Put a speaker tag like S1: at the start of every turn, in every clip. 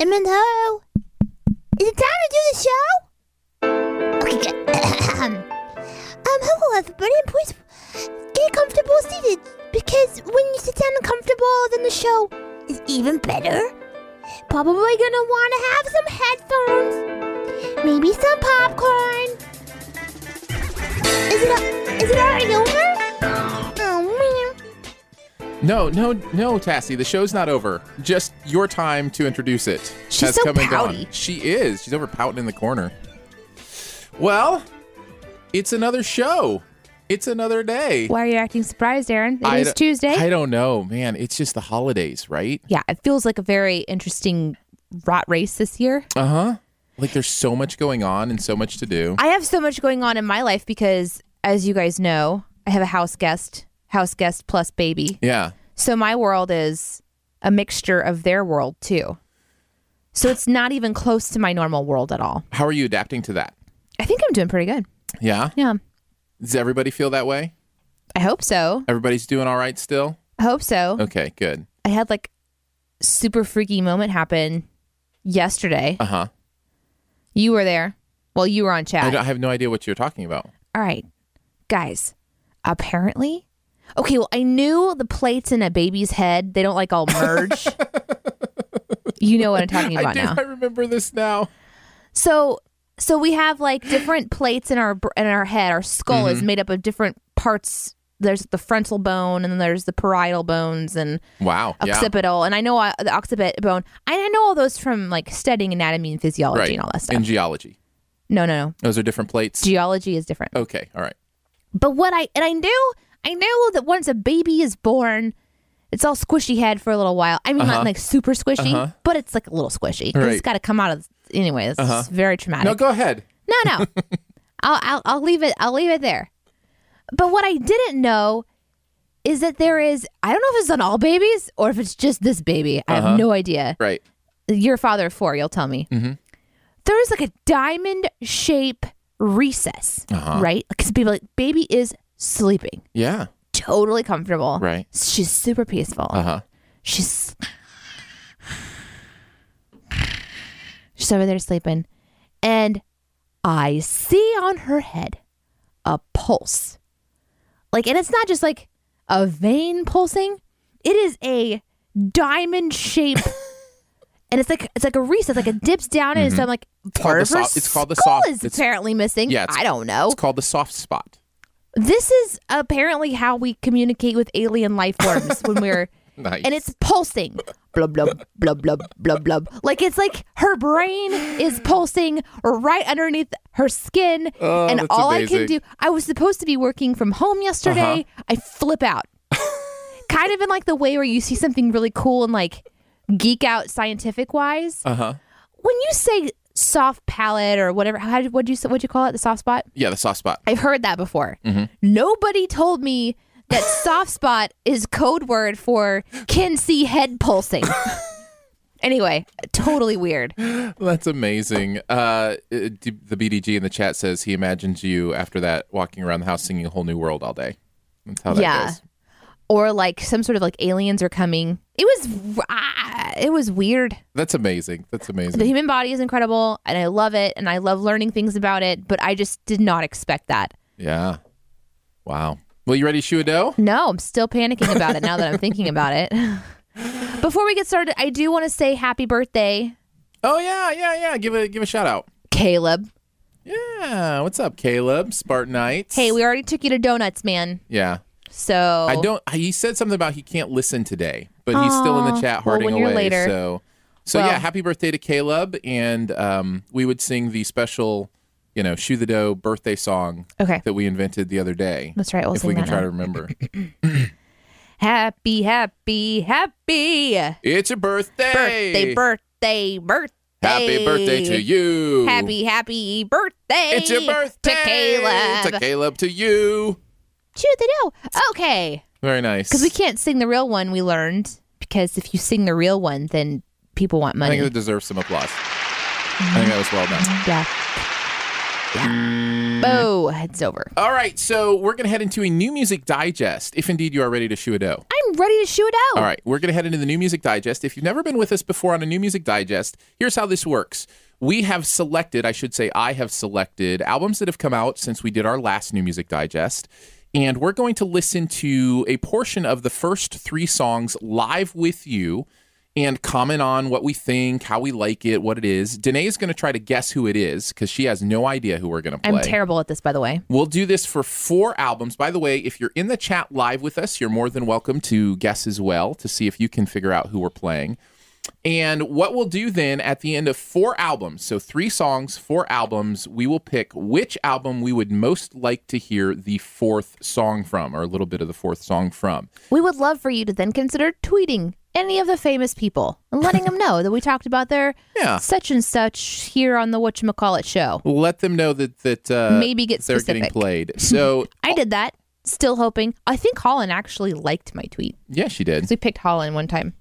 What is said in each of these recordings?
S1: Imanho, is it time to do the show? Okay, good. um, hello everybody, and please get comfortable seated because when you sit down and comfortable, then the show is even better. Probably gonna want to have some headphones, maybe some popcorn. Is it a- is it already over? Oh man.
S2: No, no, no, Tassie. The show's not over. Just your time to introduce it
S3: She's
S2: has
S3: so
S2: come and
S3: pouty.
S2: gone. She is. She's over pouting in the corner. Well, it's another show. It's another day.
S3: Why are you acting surprised, Aaron? It
S2: I
S3: is
S2: d-
S3: Tuesday.
S2: I don't know, man. It's just the holidays, right?
S3: yeah, it feels like a very interesting rot race this year.
S2: Uh huh. Like there's so much going on and so much to do.
S3: I have so much going on in my life because, as you guys know, I have a house guest, house guest plus baby.
S2: yeah.
S3: So my world is a mixture of their world too. So it's not even close to my normal world at all.
S2: How are you adapting to that?
S3: I think I'm doing pretty good.
S2: Yeah.
S3: Yeah.
S2: Does everybody feel that way?
S3: I hope so.
S2: Everybody's doing all right still?
S3: I hope so.
S2: Okay, good.
S3: I had like super freaky moment happen yesterday.
S2: Uh huh.
S3: You were there. Well, you were on chat.
S2: I, don't, I have no idea what you're talking about.
S3: All right, guys. Apparently, okay. Well, I knew the plates in a baby's head. They don't like all merge. you know what I'm talking
S2: I
S3: about
S2: do.
S3: now.
S2: I remember this now.
S3: So, so we have like different plates in our br- in our head. Our skull
S2: Mm-hmm.
S3: is made up of different parts. There's the frontal bone, and then there's the parietal bones, and
S2: Wow. Yeah.
S3: occipital. And I know I, the occipit bone. I, I know all those from like studying anatomy and physiology and all that stuff.
S2: And geology.
S3: no, no, no.
S2: Those are different plates.
S3: Geology is different.
S2: okay. All right.
S3: But what I and I knew I knew that once a baby is born, it's all squishy head for a little while. I mean, not like super squishy, but it's like a little squishy. 'cause It's
S2: Right.
S3: got to come out of. Anyway, it's just very traumatic.
S2: No, go ahead.
S3: No, no. I'll, I'll I'll leave it. I'll leave it there. But what I didn't know is that there is. I don't know if it's on all babies or if it's just this baby. I have no idea.
S2: Right.
S3: Your father of four. You'll tell me. There is like a diamond shape recess, right? Because people like baby is sleeping,
S2: Yeah.
S3: totally comfortable.
S2: Right.
S3: She's super peaceful.
S2: Uh huh.
S3: She's she's over there sleeping, and I see on her head a pulse, like, and it's not just like a vein pulsing; it is a diamond shape, and it's like it's like a recess, like it dips down, and it's I'm like part
S2: the
S3: of her
S2: soft- Mm-hmm. it's called the
S3: skull
S2: soft-
S3: is
S2: it's-
S3: apparently missing.
S2: Yeah, it's-
S3: I don't know.
S2: It's called the soft spot.
S3: This is apparently how we communicate with alien life forms when we're
S2: Nice.
S3: and it's pulsing. Blub blub blub blub blub blub. Like it's like her brain is pulsing right underneath her skin,
S2: Oh,
S3: and
S2: that's
S3: all I
S2: amazing. Uh-huh.
S3: can do. I was supposed to be working from home yesterday. I flip out, kind of in like the way where you see something really cool and like geek out scientific wise.
S2: Uh huh.
S3: When you say soft palate or whatever, how did what you what you call it? The soft spot.
S2: Yeah, the soft spot.
S3: I've heard that before. Nobody told me that soft spot is code word for can see head pulsing. anyway, totally weird.
S2: That's amazing. Uh, it- d- the BDG in the chat says he imagines you after that walking around the house singing a whole new world all day. That's how that
S3: Yeah.
S2: goes.
S3: Or like some sort of like aliens are coming. It was ah, it was weird.
S2: That's amazing. That's
S3: The
S2: amazing.
S3: human body is incredible and I love it and I love learning things about it, but I just did not expect that.
S2: Yeah. Wow. Well, you ready, Shuado?
S3: No, I'm still panicking about it now that I'm thinking about it. Before we get started, I do want to say happy birthday,
S2: Oh yeah, yeah, yeah. Give a give a shout out.
S3: Caleb.
S2: Yeah. What's up, Caleb? Spartanites.
S3: Hey, we already took you to donuts, man.
S2: Yeah.
S3: So
S2: I don't. He said something about he can't listen today, but he's still in the chat
S3: Oh, Well,
S2: harding
S3: when you're
S2: away.
S3: later.
S2: So, so yeah,
S3: Well-
S2: happy birthday to Caleb, and um, we would sing the special, you know, shoe the dough birthday song
S3: Okay.
S2: that we invented the other day.
S3: That's right, we'll
S2: if
S3: sing
S2: we can
S3: that
S2: try
S3: now.
S2: to remember.
S3: Happy, happy, happy.
S2: It's your
S3: Birthday,
S2: birthday.
S3: birthday, birthday.
S2: Happy birthday to you.
S3: Happy, happy birthday.
S2: It's your birthday.
S3: To Caleb.
S2: To Caleb, to you.
S3: Cheer the dough. Okay.
S2: Very nice.
S3: Because we can't sing the real one, we learned. Because if you sing the real one, then people want
S2: I
S3: money.
S2: think it deserves some applause. I
S3: Mm-hmm.
S2: think that was well done.
S3: yeah. Yeah.
S2: Mm.
S3: Boo. It's over.
S2: All right, so we're going to head into a new music digest, if indeed you are ready to shoe a dough.
S3: I'm ready to shoot out.
S2: All right, we're going to head into the New Music Digest. If you've never been with us before on a New Music Digest, here's how this works. We have selected, I should say, I have selected albums that have come out since we did our last New Music Digest. And we're going to listen to a portion of the first three songs live with you and comment on what we think, how we like it, what it is. Danae is going to try to guess who it is because she has no idea who we're going to play.
S3: I'm terrible at this, by the way.
S2: We'll do this for four albums. By the way, if you're in the chat live with us, you're more than welcome to guess as well to see if you can figure out who we're playing. And what we'll do then at the end of four albums, so three songs, four albums, we will pick which album we would most like to hear the fourth song from, or a little bit of the fourth song from.
S3: We would love for you to then consider tweeting any of the famous people and letting them know that we talked about their
S2: Yeah.
S3: such and such here on the whatchamacallit show.
S2: Let them know that that uh,
S3: Maybe get
S2: they're getting
S3: specific.
S2: played. So
S3: I did that. Still hoping. I think Holland actually liked my tweet.
S2: yeah, she did.
S3: So we picked Holland one time.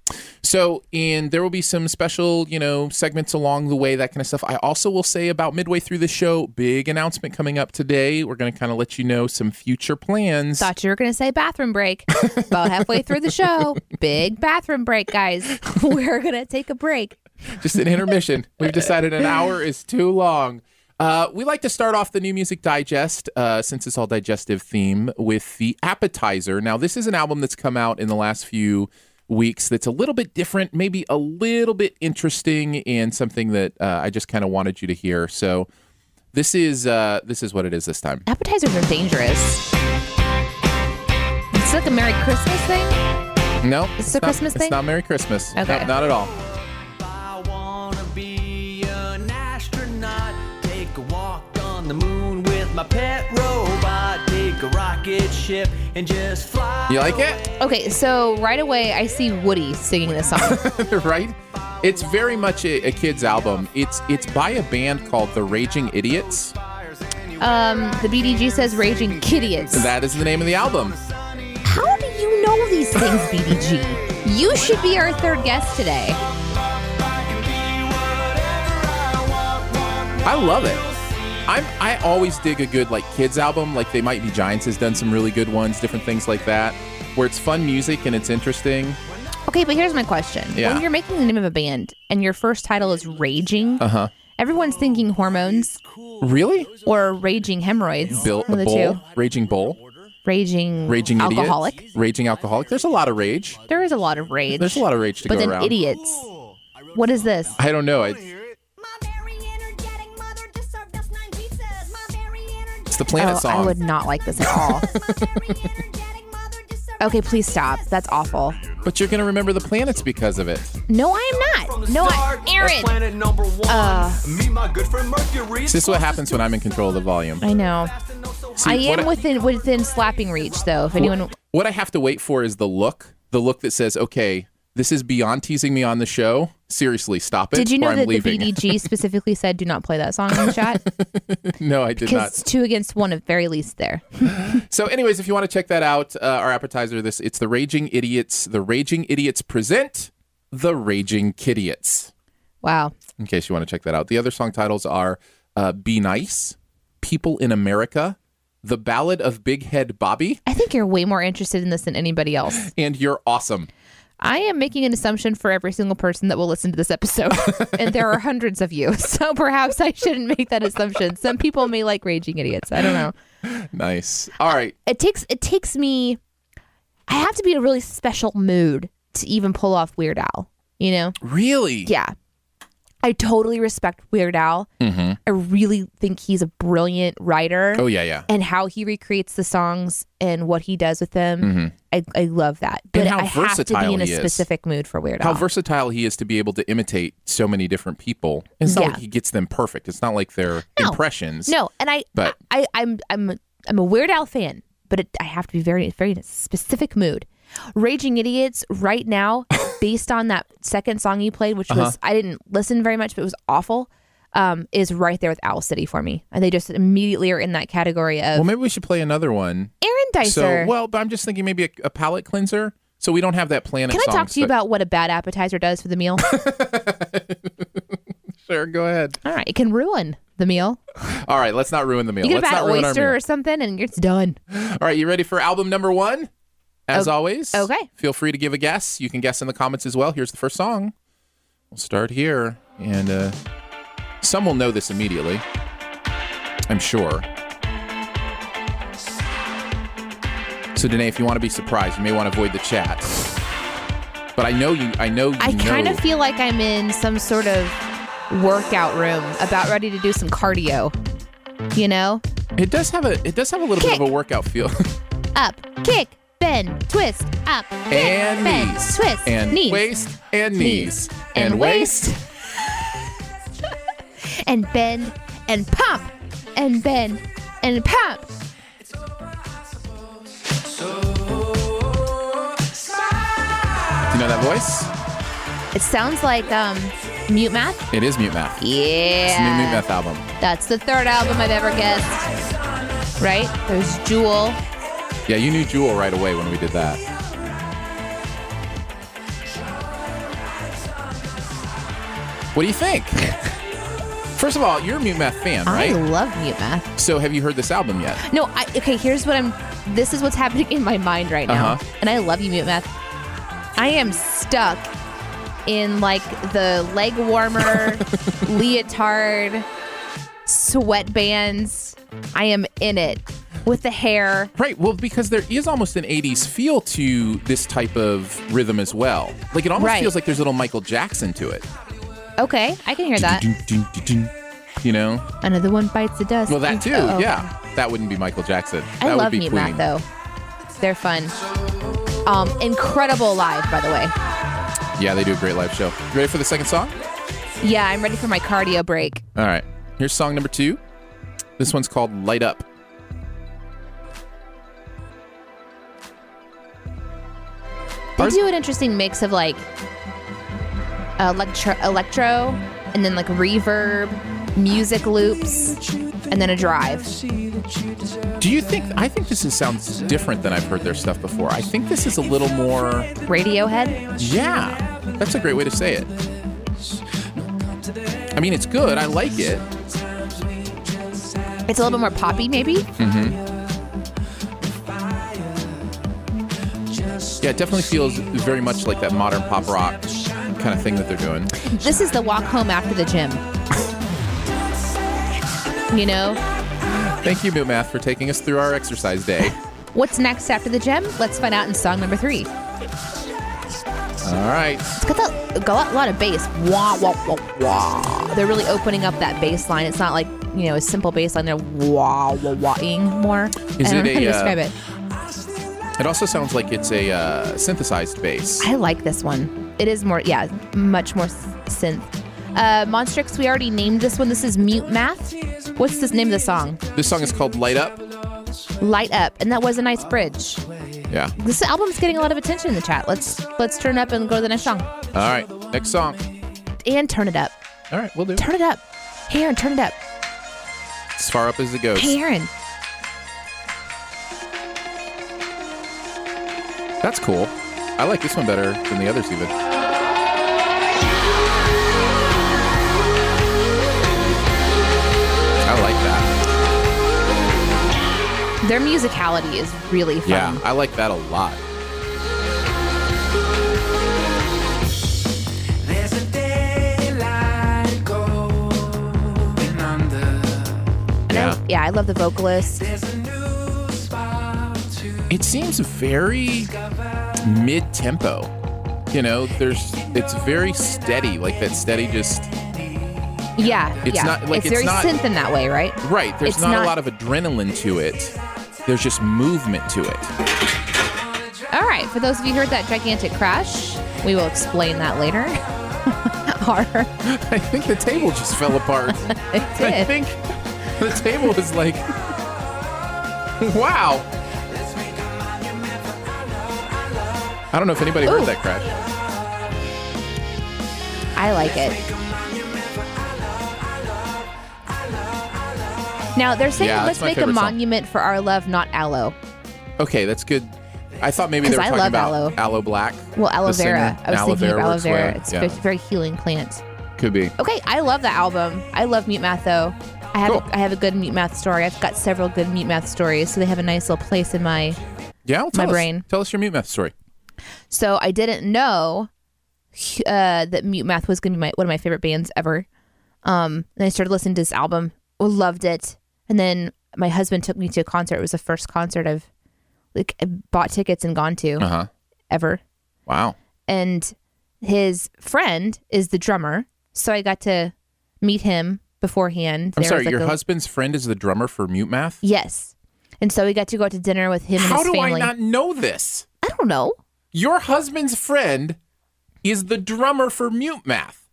S2: So, and there will be some special, you know, segments along the way, that kind of stuff. I also will say about midway through the show, big announcement coming up today. We're going to kind of let you know some future plans.
S3: Thought you were going to say bathroom break. About halfway through the show, big bathroom break, guys. We're going to take a break.
S2: Just an intermission. We've decided an hour is too long. Uh, we like to start off the new music digest, uh, since it's all digestive theme, with the appetizer. Now, this is an album that's come out in the last few weeks that's a little bit different, maybe a little bit interesting, and something that uh, I just kind of wanted you to hear. So, This is uh, this is what it is this time.
S3: Appetizers are dangerous. It's like a Merry Christmas thing.
S2: No,
S3: Is this
S2: it's
S3: a
S2: not-
S3: Christmas
S2: It's
S3: thing?
S2: not Merry Christmas. No,
S3: Okay.
S2: not at all.
S4: I wanna be an astronaut. Take a walk on the moon with my pet robot. Take a rocket ship and just fly.
S2: You like
S4: away.
S2: it,
S3: Okay, so right away I see Woody singing this song.
S2: right? It's very much a, a kids album. It's it's by a band called the Raging Idiots.
S3: Um, the BDG says raging idiots.
S2: That is the name of the album.
S3: How do you know these things, BDG? You should be our third guest today.
S2: I love it. I'm I always dig a good like kids album. Like they might be Giants has done some really good ones, different things like that, where it's fun music and it's interesting.
S3: Okay, but here's my question.
S2: Yeah.
S3: When you're making the name of a band and your first title is Raging, uh-huh. everyone's thinking hormones
S2: Really,
S3: or raging hemorrhoids.
S2: Bill
S3: One of the
S2: Bull,
S3: two.
S2: Raging Bull,
S3: Raging,
S2: Raging
S3: alcoholic.
S2: Idiot, Raging Alcoholic. There's a lot of rage.
S3: There is a lot of rage.
S2: There's a lot of rage to
S3: But
S2: go
S3: then
S2: around.
S3: idiots. What is this?
S2: I don't know. It's,
S5: My very energetic mother just served us nine pizzas. My very energetic
S2: it's the Planet
S3: oh,
S2: song.
S3: I would not like this at all. okay, please stop. That's awful.
S2: But you're going to remember the planets because of it.
S3: No, I am not. No, I,
S4: Start as
S3: Aaron.
S4: Planet number one.
S3: Uh.
S4: Me, my good friend Mercury. oh
S2: This is what happens when I'm in control of the volume.
S3: I know.
S2: See,
S3: I
S2: what
S3: am within within slapping reach, though. If anyone,
S2: What I have to wait for is the look, the look that says, okay, this is beyond teasing me on the show. Seriously, stop it.
S3: did you know
S2: or I'm
S3: that the
S2: leaving.
S3: BDG specifically said do not play that song in the chat?
S2: no, I did
S3: Because
S2: not.
S3: it's two against one at very least. There.
S2: So, anyways, if you want to check that out, uh, our appetizer, this it's the Raging Idiots. The Raging Idiots present the Raging Kidiots.
S3: Wow.
S2: in case you want to check that out. The other song titles are uh, Be Nice, People in America, The Ballad of Big Head Bobby,
S3: I think you're way more interested in this than anybody else.
S2: and You're Awesome.
S3: I am making an assumption for every single person that will listen to this episode, and there are hundreds of you. So perhaps I shouldn't make that assumption. Some people may like raging idiots. I don't know.
S2: Nice. All right.
S3: It takes it takes me. I have to be in a really special mood to even pull off Weird Al. You know.
S2: Really?
S3: Yeah. I totally respect Weird Al. I really think he's a brilliant writer
S2: Mm-hmm. Oh, yeah, yeah.
S3: and how he recreates the songs and what he does with them. I, I love that. But
S2: Mm-hmm. how
S3: I have to be
S2: versatile
S3: in a
S2: he is.
S3: specific mood for Weird
S2: How
S3: Al.
S2: versatile he is to be able to imitate so many different people. It's not
S3: Yeah.
S2: like he gets them perfect. It's not like they're
S3: No.
S2: impressions.
S3: no, and I,
S2: But-
S3: I, I'm I'm I'm a Weird Al fan, but it, I have to be very very in a specific mood. Raging Idiots right now, based on that second song you played, which
S2: Uh-huh.
S3: was I didn't listen very much, but it was awful. Um, is right there with Owl City for me, and they just immediately are in that category of
S2: Well, maybe we should play another one.
S3: Aaron Dicer.
S2: So, well, but I'm just thinking maybe a, a palate cleanser. So we don't have that planet.
S3: Can I
S2: song
S3: talk to you
S2: stuck-
S3: about what a bad appetizer does for the meal?
S2: Sure, go ahead.
S3: All right, it can ruin the meal.
S2: All right, let's not ruin the meal.
S3: You get a
S2: let's
S3: bad
S2: not ruin our
S3: oyster
S2: meal.
S3: or something, and it's done.
S2: All right, you ready for album number one? As always,
S3: okay.
S2: Feel free to give a guess. You can guess in the comments as well. Here's the first song. We'll start here, and uh, some will know this immediately. I'm sure. So, Danae, if you want to be surprised, you may want to avoid the chat. But I know you. I know you.
S3: I
S2: know.
S3: kind of feel like I'm in some sort of workout room, about ready to do some cardio. You know,
S2: It does have a. It does have a little bit of a
S3: Kick.
S2: workout feel.
S3: up, kick, bend, twist, up, kick,
S2: and
S3: bend,
S2: knees,
S3: twist,
S2: and
S3: knees,
S2: waist, and knees,
S3: Knees. And
S2: waist.
S3: and bend, and pump, and bend, and pump.
S2: Do you know that voice?
S3: It sounds like um, mute math.
S2: It is Mute Math. It's the new Mute
S3: Yeah,
S2: Math album.
S3: that's the third album I've ever guessed. Right? There's Jewel.
S2: Yeah, you knew Jewel right away when we did that. What do you think? First of all, you're a Mute Math fan,
S3: I
S2: right?
S3: love mute math.
S2: So have you heard this album yet?
S3: No, I, okay, here's what I'm. This is what's happening in my mind right now.
S2: Uh-huh.
S3: And I love you, Mute Math. I am stuck in like the leg warmer, leotard, sweatbands. I am in it with the hair.
S2: Right. Well, because there is almost an 80s feel to this type of rhythm as well. Like it almost
S3: Right.
S2: feels like there's a little Michael Jackson to it.
S3: Okay, I can hear that.
S2: You know?
S3: Another one bites the dust.
S2: Well, that too.
S3: Uh-oh.
S2: Yeah. That wouldn't be Michael Jackson. That
S3: Mm, oh, I
S2: would
S3: love
S2: be
S3: Mute Math
S2: Queen.
S3: though. They're fun. Um, incredible live, by the way.
S2: Yeah, they do a great live show. You ready for the second song?
S3: Yeah, I'm ready for my cardio break.
S2: All right. Here's song number two. This one's called Light Up.
S3: They
S2: Are-
S3: do an interesting mix of like electro, electro, and then like reverb, music loops, and then a drive.
S2: Do you think? I think this is, sounds different than I've heard their stuff before. I think this is a little more.
S3: Radiohead.
S2: Yeah. That's a great way to say it. I mean, it's good. I like it.
S3: It's a little bit more poppy, maybe.
S2: Yeah, it definitely feels very much like that modern pop rock kind of thing that they're doing.
S3: This is the walk home after the gym. You know,
S2: Thank you, Boot Math, for taking us through our exercise day.
S3: what's next after the gym? Let's find out in song number three.
S2: All right.
S3: It's got that, got a lot of bass. Wah wah wah wah. They're really opening up that bass line. It's not like you know a simple bass line. They're wah wah wahing more. I
S2: Is
S3: don't know how
S2: it
S3: to
S2: a, uh,
S3: describe it.
S2: It also sounds like it's a uh, synthesized bass.
S3: I like this one. It is more, yeah, much more s- synth. Uh, Monstrix, we already named this one. This is Mute Math. What's this name of the song?
S2: This song is called Light Up.
S3: Light Up, and that was a nice bridge.
S2: Yeah.
S3: This album's getting a lot of attention in the chat. Let's let's turn up and go to the next song,
S2: All right. Next song.
S3: and turn it up,
S2: All right, we'll do.
S3: turn it up, hey Aaron, turn it up,
S2: As far up as it goes.
S3: hey Aaron.
S2: That's cool. I like this one better than the others even. I like that.
S3: Their musicality is really fun.
S2: Yeah, I like that a lot.
S6: There's a daylight going under.
S3: And I-
S2: Yeah.
S3: yeah, I love the vocalist.
S6: There's a new spot to
S2: It seems very mid-tempo. You know, there's it's very steady, like that steady just
S3: Yeah,
S2: It's
S3: yeah.
S2: not- like, it's
S3: very
S2: not-
S3: synth in that way, right?
S2: right, there's
S3: It's
S2: not, a
S3: not-
S2: lot of adrenaline to it. There's just movement to it.
S3: All right, for those of you who heard that gigantic crash, we will explain that later. Horror.
S2: I think the table just fell apart.
S3: It
S2: I
S3: did.
S2: think the table was like, wow. I don't know if anybody heard that crash.
S3: I like it. Now they're saying
S2: Yeah,
S3: let's
S2: that's my
S3: make a
S2: favorite song.
S3: monument for our love, not aloe.
S2: Okay, that's good. I thought maybe they
S3: 'Cause
S2: were
S3: I
S2: talking
S3: love
S2: about
S3: aloe.
S2: black.
S3: Well, aloe
S2: the
S3: vera.
S2: singer.
S3: I was
S2: Aloe
S3: thinking of
S2: vera
S3: aloe
S2: works
S3: vera.
S2: well.
S3: It's
S2: Yeah.
S3: a very healing plant.
S2: Could be.
S3: Okay, I love that album. I love Mute Math though. I have
S2: Cool.
S3: a, I have a good Mute Math story. I've got several good Mute Math stories, so they have a nice little place in my.
S2: Yeah, well,
S3: My
S2: tell us-
S3: brain.
S2: Tell us your mute math story.
S3: So I didn't know uh, that Mute Math was gonna be my one of my favorite bands ever. Um, and I started listening to this album, loved it, and then my husband took me to a concert. It was the first concert I've like bought tickets and gone to
S2: Uh huh.
S3: ever.
S2: Wow.
S3: and his friend is the drummer. So I got to meet him beforehand.
S2: I'm
S3: There
S2: sorry.
S3: was, like,
S2: your
S3: a-
S2: husband's friend is the drummer for Mute Math.
S3: Yes. And so we got to go out to dinner with him and
S2: How
S3: his
S2: do
S3: family.
S2: I not know this?
S3: I don't know.
S2: Your husband's friend is the drummer for Mute Math.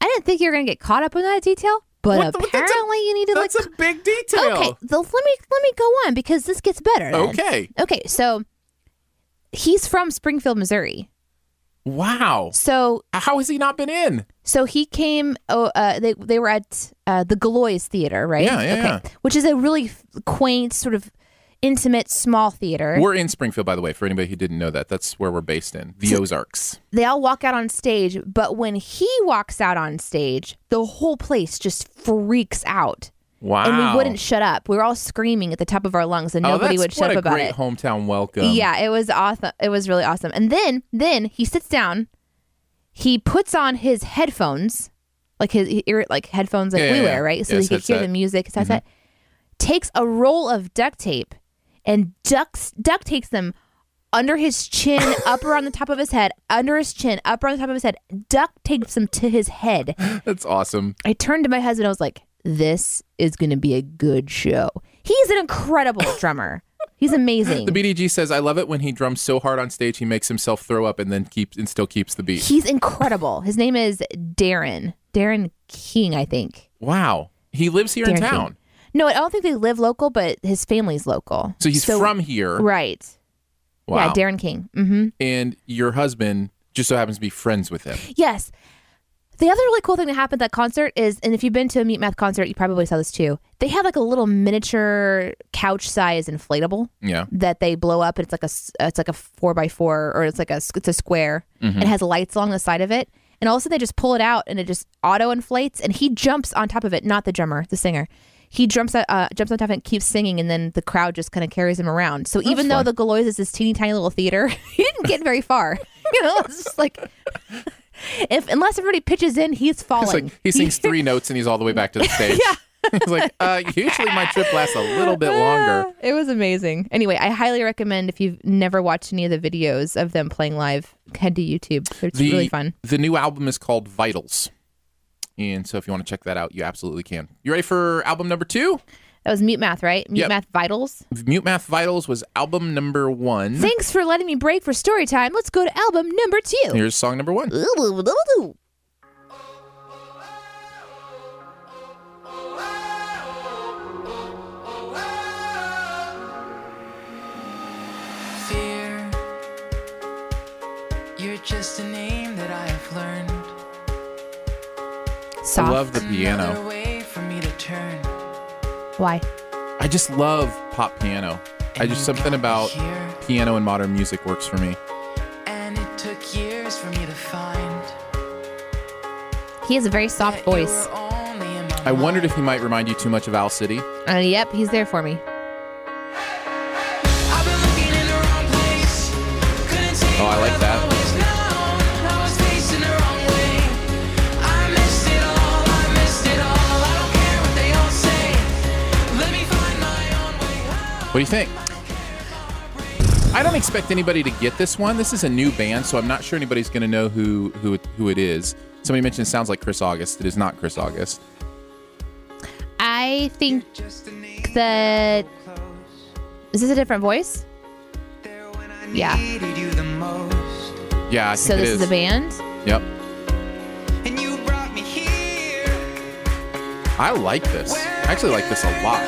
S3: I didn't think you were gonna get caught up in that detail, but
S2: What the- that's a-
S3: apparently you need to like.
S2: That's a big detail.
S3: Okay, the, let me let me go on because this gets better. then.
S2: Okay.
S3: Okay, so he's from Springfield, Missouri.
S2: Wow.
S3: So
S2: How has he not been in?
S3: So he came. Oh, uh, they they were at uh, the Galois Theater, right?
S2: Yeah, yeah, yeah.
S3: Which is a really f- quaint, sort of intimate, small theater.
S2: We're in Springfield, by the way, for anybody who didn't know that. That's where we're based in the Ozarks.
S3: they all walk out on stage, but when he walks out on stage, the whole place just freaks out,
S2: Wow.
S3: and we wouldn't shut up. We were all screaming at the top of our lungs, and
S2: oh,
S3: nobody
S2: that's
S3: would shut
S2: what
S3: up
S2: a
S3: about
S2: great
S3: it.
S2: hometown welcome.
S3: Yeah, it was awesome. It was really awesome. And then then he sits down, he puts on his headphones, like his ear like headphones like
S2: Yeah,
S3: we
S2: yeah, yeah.
S3: wear, right? So
S2: Yes,
S3: he could hear
S2: headset. Mm-hmm.
S3: the music. His headset. Takes a roll of duct tape and ducks duct takes them under his chin, up around the top of his head, under his chin, up around the top of his head, duct tapes them to his head.
S2: That's awesome.
S3: I turned to my husband. I was like, "This is going to be a good show." He's an incredible drummer. He's amazing.
S2: The BDG says, "I love it when he drums so hard on stage he makes himself throw up and then keeps and still keeps the beat."
S3: He's incredible. His name is Darren. Darren King, I think.
S2: Wow, he lives here
S3: Darren
S2: in
S3: King.
S2: town,
S3: No, I don't think they live local, but his family's local.
S2: so he's from here.
S3: right.
S2: Wow,
S3: Yeah, Darren King. hmm
S2: and your husband just so happens to be friends with him.
S3: Yes. The other really cool thing that happened at that concert is, and if you've been to a Meat Math concert, you probably saw this too. They have like a little miniature couch size inflatable
S2: Yeah,
S3: that they blow up. It's like a s- uh, it's like a four by four or it's like a s- it's a square. and It has lights along the side of it, and also they just pull it out and it just auto inflates. And he jumps on top of it. Not the drummer, the singer. He jumps uh, uh, jumps on top of it, and keeps singing, and then the crowd just kind of carries him around. So even though the Galois is this teeny tiny little theater, he didn't get very far. you know, it's just like. If, unless everybody pitches in, he's
S2: it's
S3: falling.
S2: like he sings three notes and he's all the way back to the stage. yeah, he's like, uh, usually my trip lasts a little bit longer.
S3: It was amazing. Anyway, I highly recommend if you've never watched any of the videos of them playing live, head to YouTube. It's
S2: The
S3: really fun.
S2: the new album is called Vitals, and so if you want to check that out, you absolutely can. You ready for album number two?
S3: That was Mute Math, right? Mute
S2: Yep.
S3: Math Vitals.
S2: Mute Math Vitals was album number one.
S3: Thanks for letting me break for story time. Let's go to album number two.
S2: Here's song number one.
S6: Fear, you're just a name that I have learned.
S3: Soft.
S2: I love the piano.
S6: Another way for me to turn.
S3: Why?
S2: I just love pop piano. I just something about
S6: Here,
S2: piano and modern music works for me.
S6: and it took years for me to find.
S3: He has a very soft
S6: that you
S3: voice.
S6: were only in my
S2: I wondered if
S6: mind.
S2: he might remind you too much of Owl City.
S3: Uh, yep, he's there for me.
S6: I've been looking in the wrong place. Couldn't take
S2: Oh, I like
S6: what I've
S2: that.
S6: always known. I was facing the wrong way. I missed it all. I missed it all. I don't care what they all say. Let me find my own way home.
S2: What do you think? I don't expect anybody to get this one. This is a new band, so I'm not sure anybody's going to know who who it, who it is. Somebody mentioned it sounds like Chris August. It is not Chris August.
S3: I think that. Is this a different voice? Yeah.
S6: Needed you the most,
S2: Yeah, I think
S3: So
S2: it
S3: this is.
S2: is.
S3: a band?
S2: Yep.
S6: and you brought me here.
S2: I like this. I actually like this a lot.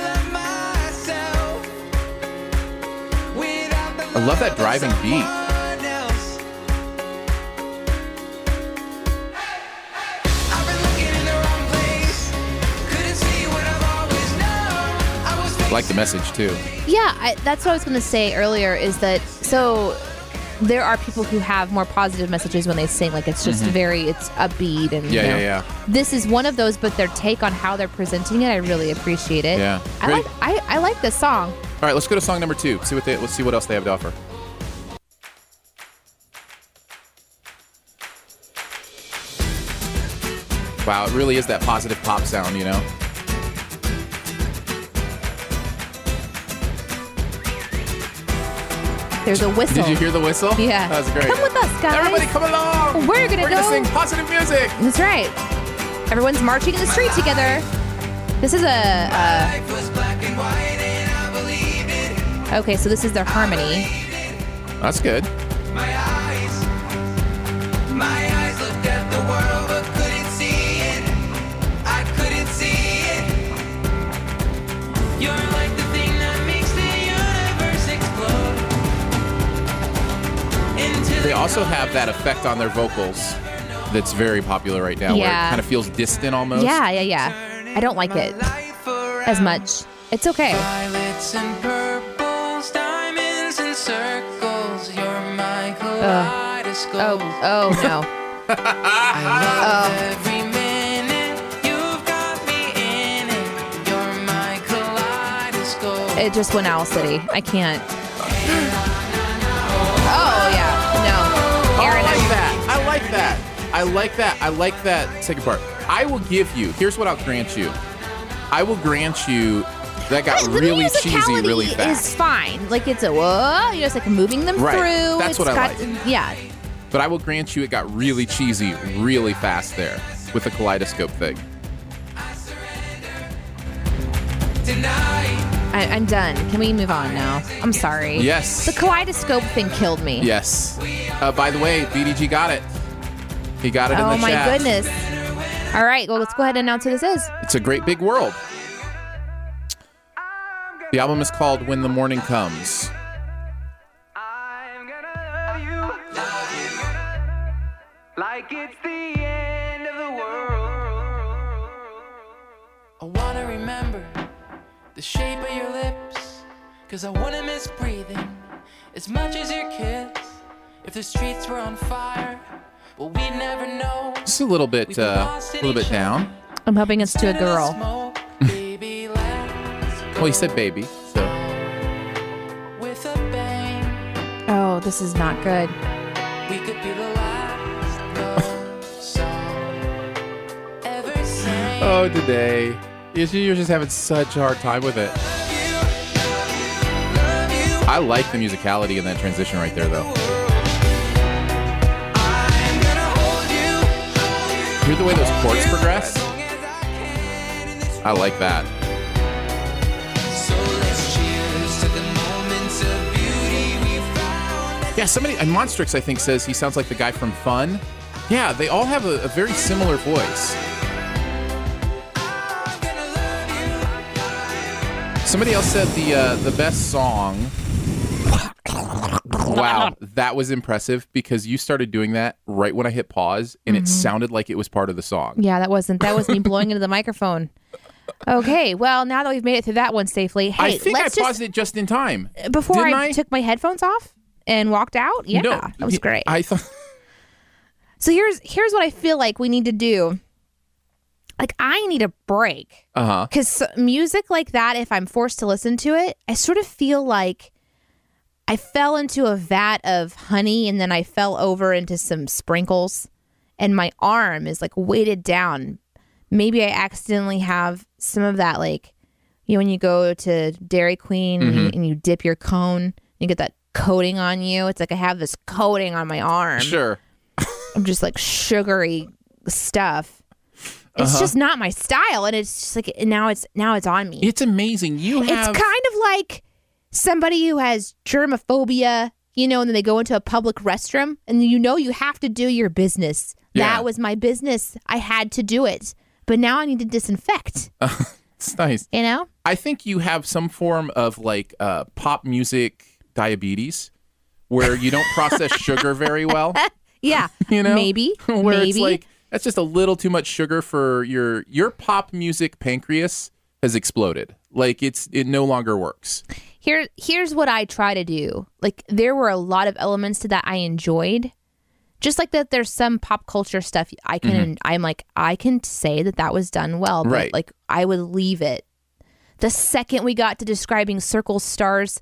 S6: I
S2: I love that driving beat.
S6: Someone else.
S2: I like the message too.
S3: Yeah, I, that's what I was going to say earlier is that so there are people who have more positive messages when they sing like it's just very it's upbeat and
S2: Mm-hmm. Yeah,
S3: you
S2: yeah,
S3: know.
S2: yeah.
S3: This is one of those but their take on how they're presenting it I really appreciate it.
S2: Yeah.
S3: I
S2: Ready?
S3: like I, I like this song.
S2: All right, let's go to song number two. See what they, let's see what else they have to offer. Wow, it really is that positive pop sound, you know.
S3: There's a whistle.
S2: Did you hear the whistle?
S3: Yeah.
S2: that was great.
S3: Come with us guys.
S2: Everybody, come along.
S3: We're gonna
S2: We're gonna
S3: go-
S2: sing positive music.
S3: That's right. Everyone's marching in the street together. This is a, a
S6: Life was black and white and I believed it.
S3: okay. So this is their harmony.
S2: That's good.
S6: My eyes, my eyes looked at the world but couldn't see it. I couldn't see it. You're like the thing that makes the universe explode. Into
S2: They also have that effect on their vocals that's very popular right now, where it
S3: Yeah.
S2: kind of feels distant almost.
S3: Yeah, yeah, yeah. I don't like it as much. It's okay.
S6: Violets and purples, diamonds and circles. You're my kaleidoscope.
S3: Uh, Oh, oh no.
S6: Love every minute. You've got me in it. You're my kaleidoscope.
S3: It just went Owl City. I can't. Oh yeah, no.
S2: Oh, I
S3: Aaron,
S2: like
S3: I'm-
S2: that. I like that. I like that. I like that second part. I will give you. Here's what I'll grant you. I will grant you. That got
S3: Oh, the
S2: really cheesy
S3: musicality
S2: really
S3: is
S2: fast.
S3: fine. Like it's a whoa, you know, it's like moving them
S2: Right.
S3: through.
S2: That's
S3: It's
S2: what I
S3: got, Yeah,
S2: But I will grant you, it got really cheesy really fast there with the kaleidoscope thing.
S6: Tonight.
S3: I, I'm done. Can we move on now? I'm sorry.
S2: Yes.
S3: The kaleidoscope thing killed me.
S2: Yes. Uh, by the way, BDG got it. He got it in
S3: Oh
S2: the
S3: my
S2: chat.
S3: goodness. All right, well let's go ahead and announce who this is.
S2: It's a great big world. The album is called When the Morning Comes.
S4: I'm gonna love you like it's the end of the world.
S6: I wanna remember the shape of your lips. Cause I wanna miss breathing as much as your kiss. If the streets were on fire, well, we'd never know.
S2: Just a little bit, uh, a little bit down.
S3: I'm hoping it's to a girl.
S6: Smoke, baby, let's
S2: Well, he said baby, so.
S6: with a bang.
S3: Oh, this is not good.
S6: We could be the last love song ever sang.
S2: Oh, today. You're ju- you're just having such a hard time with it. I like the musicality in that transition right there, though. Hear the way those chords progress? I like that. Yeah, somebody, and Monstrix, I think, says he sounds like the guy from Fun. Yeah, they all have a, a very similar voice. Somebody else said the uh, the best song. Wow, that was impressive because you started doing that right when I hit pause, and it sounded like it was part of the song.
S3: Mm-hmm. Yeah, that wasn't that was me blowing into the microphone. Okay, well now that we've made it through that one safely, hey,
S2: I think I
S3: let's
S2: paused
S3: just
S2: it just in time.
S3: before
S2: didn't
S3: I,
S2: I?
S3: took my headphones off and walked out. Yeah,
S2: No,
S3: that was
S2: y-
S3: great.
S2: I thought
S3: so here's here's what I feel like we need to do. Like I need a break.
S2: uh huh.
S3: because music like that if i'm forced to listen to it i sort of feel like i fell into a vat of honey and then i fell over into some sprinkles and my arm is like weighted down maybe i accidentally have some of that like you know when you go to dairy queen and, you, and you dip your cone you get that coating on you it's like i have this coating on my arm
S2: Sure.
S3: I'm just like sugary stuff. It's
S2: Uh-huh.
S3: just not my style, and it's just like now it's now it's on me.
S2: It's amazing. You
S3: It's
S2: have
S3: kind of like somebody who has germophobia, you know, and then they go into a public restroom, and you know you have to do your business.
S2: Yeah.
S3: That was my business. I had to do it, but now I need to disinfect.
S2: Uh, it's nice.
S3: You know,
S2: I think you have some form of like uh, pop music diabetes, where you don't process sugar very well.
S3: yeah,
S2: You know,
S3: maybe,
S2: where
S3: maybe.
S2: it's like that's just a little too much sugar for your your pop music pancreas has exploded. Like it's it no longer works.
S3: here here's what I try to do. Like there were a lot of elements to that I enjoyed. Just like that there's some pop culture stuff I can I'm like I can say that that was done well, but
S2: Mm-hmm. Right.
S3: like I would leave it. The second we got to describing circle stars,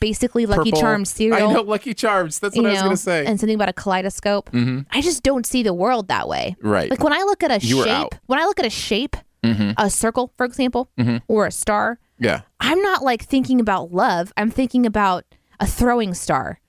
S3: basically Lucky
S2: Purple-
S3: Charms cereal,
S2: I know Lucky Charms. That's
S3: you
S2: what I was
S3: know,
S2: gonna say. Mm-hmm.
S3: and something about a kaleidoscope, I just don't see the world that way.
S2: Right.
S3: Like when I look at a
S2: You were out. Mm-hmm.
S3: shape, when I look at a shape, a circle, for example, or a star,
S2: yeah.
S3: I'm not like thinking about love. I'm thinking about a throwing star.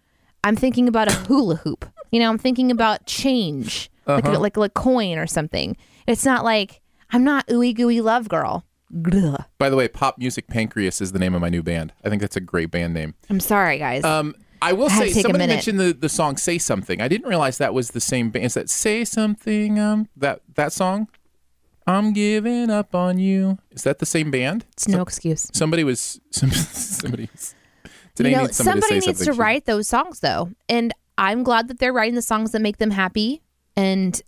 S3: I'm thinking about a hula hoop. You know, I'm thinking about change, like,
S2: Uh-huh.
S3: a, like a coin or something. It's not like I'm not ooey gooey love girl. Gluh.
S2: By the way, Pop Music Pancreas is the name of my new band. I think that's a great band name.
S3: I'm sorry, guys.
S2: Um, I will
S3: had
S2: say
S3: to take a
S2: somebody
S3: minute.
S2: mentioned the, the song "Say Something." I didn't realize that was the same band. Is that "Say Something"? Um, that that song. I'm giving up on you. Is that the same band?
S3: it's no excuse.
S2: Somebody was some, somebody. was-
S3: You
S2: Today
S3: know,
S2: needs somebody, to say
S3: needs to
S2: something.
S3: write those songs though, and I'm glad that they're writing the songs that make them happy, and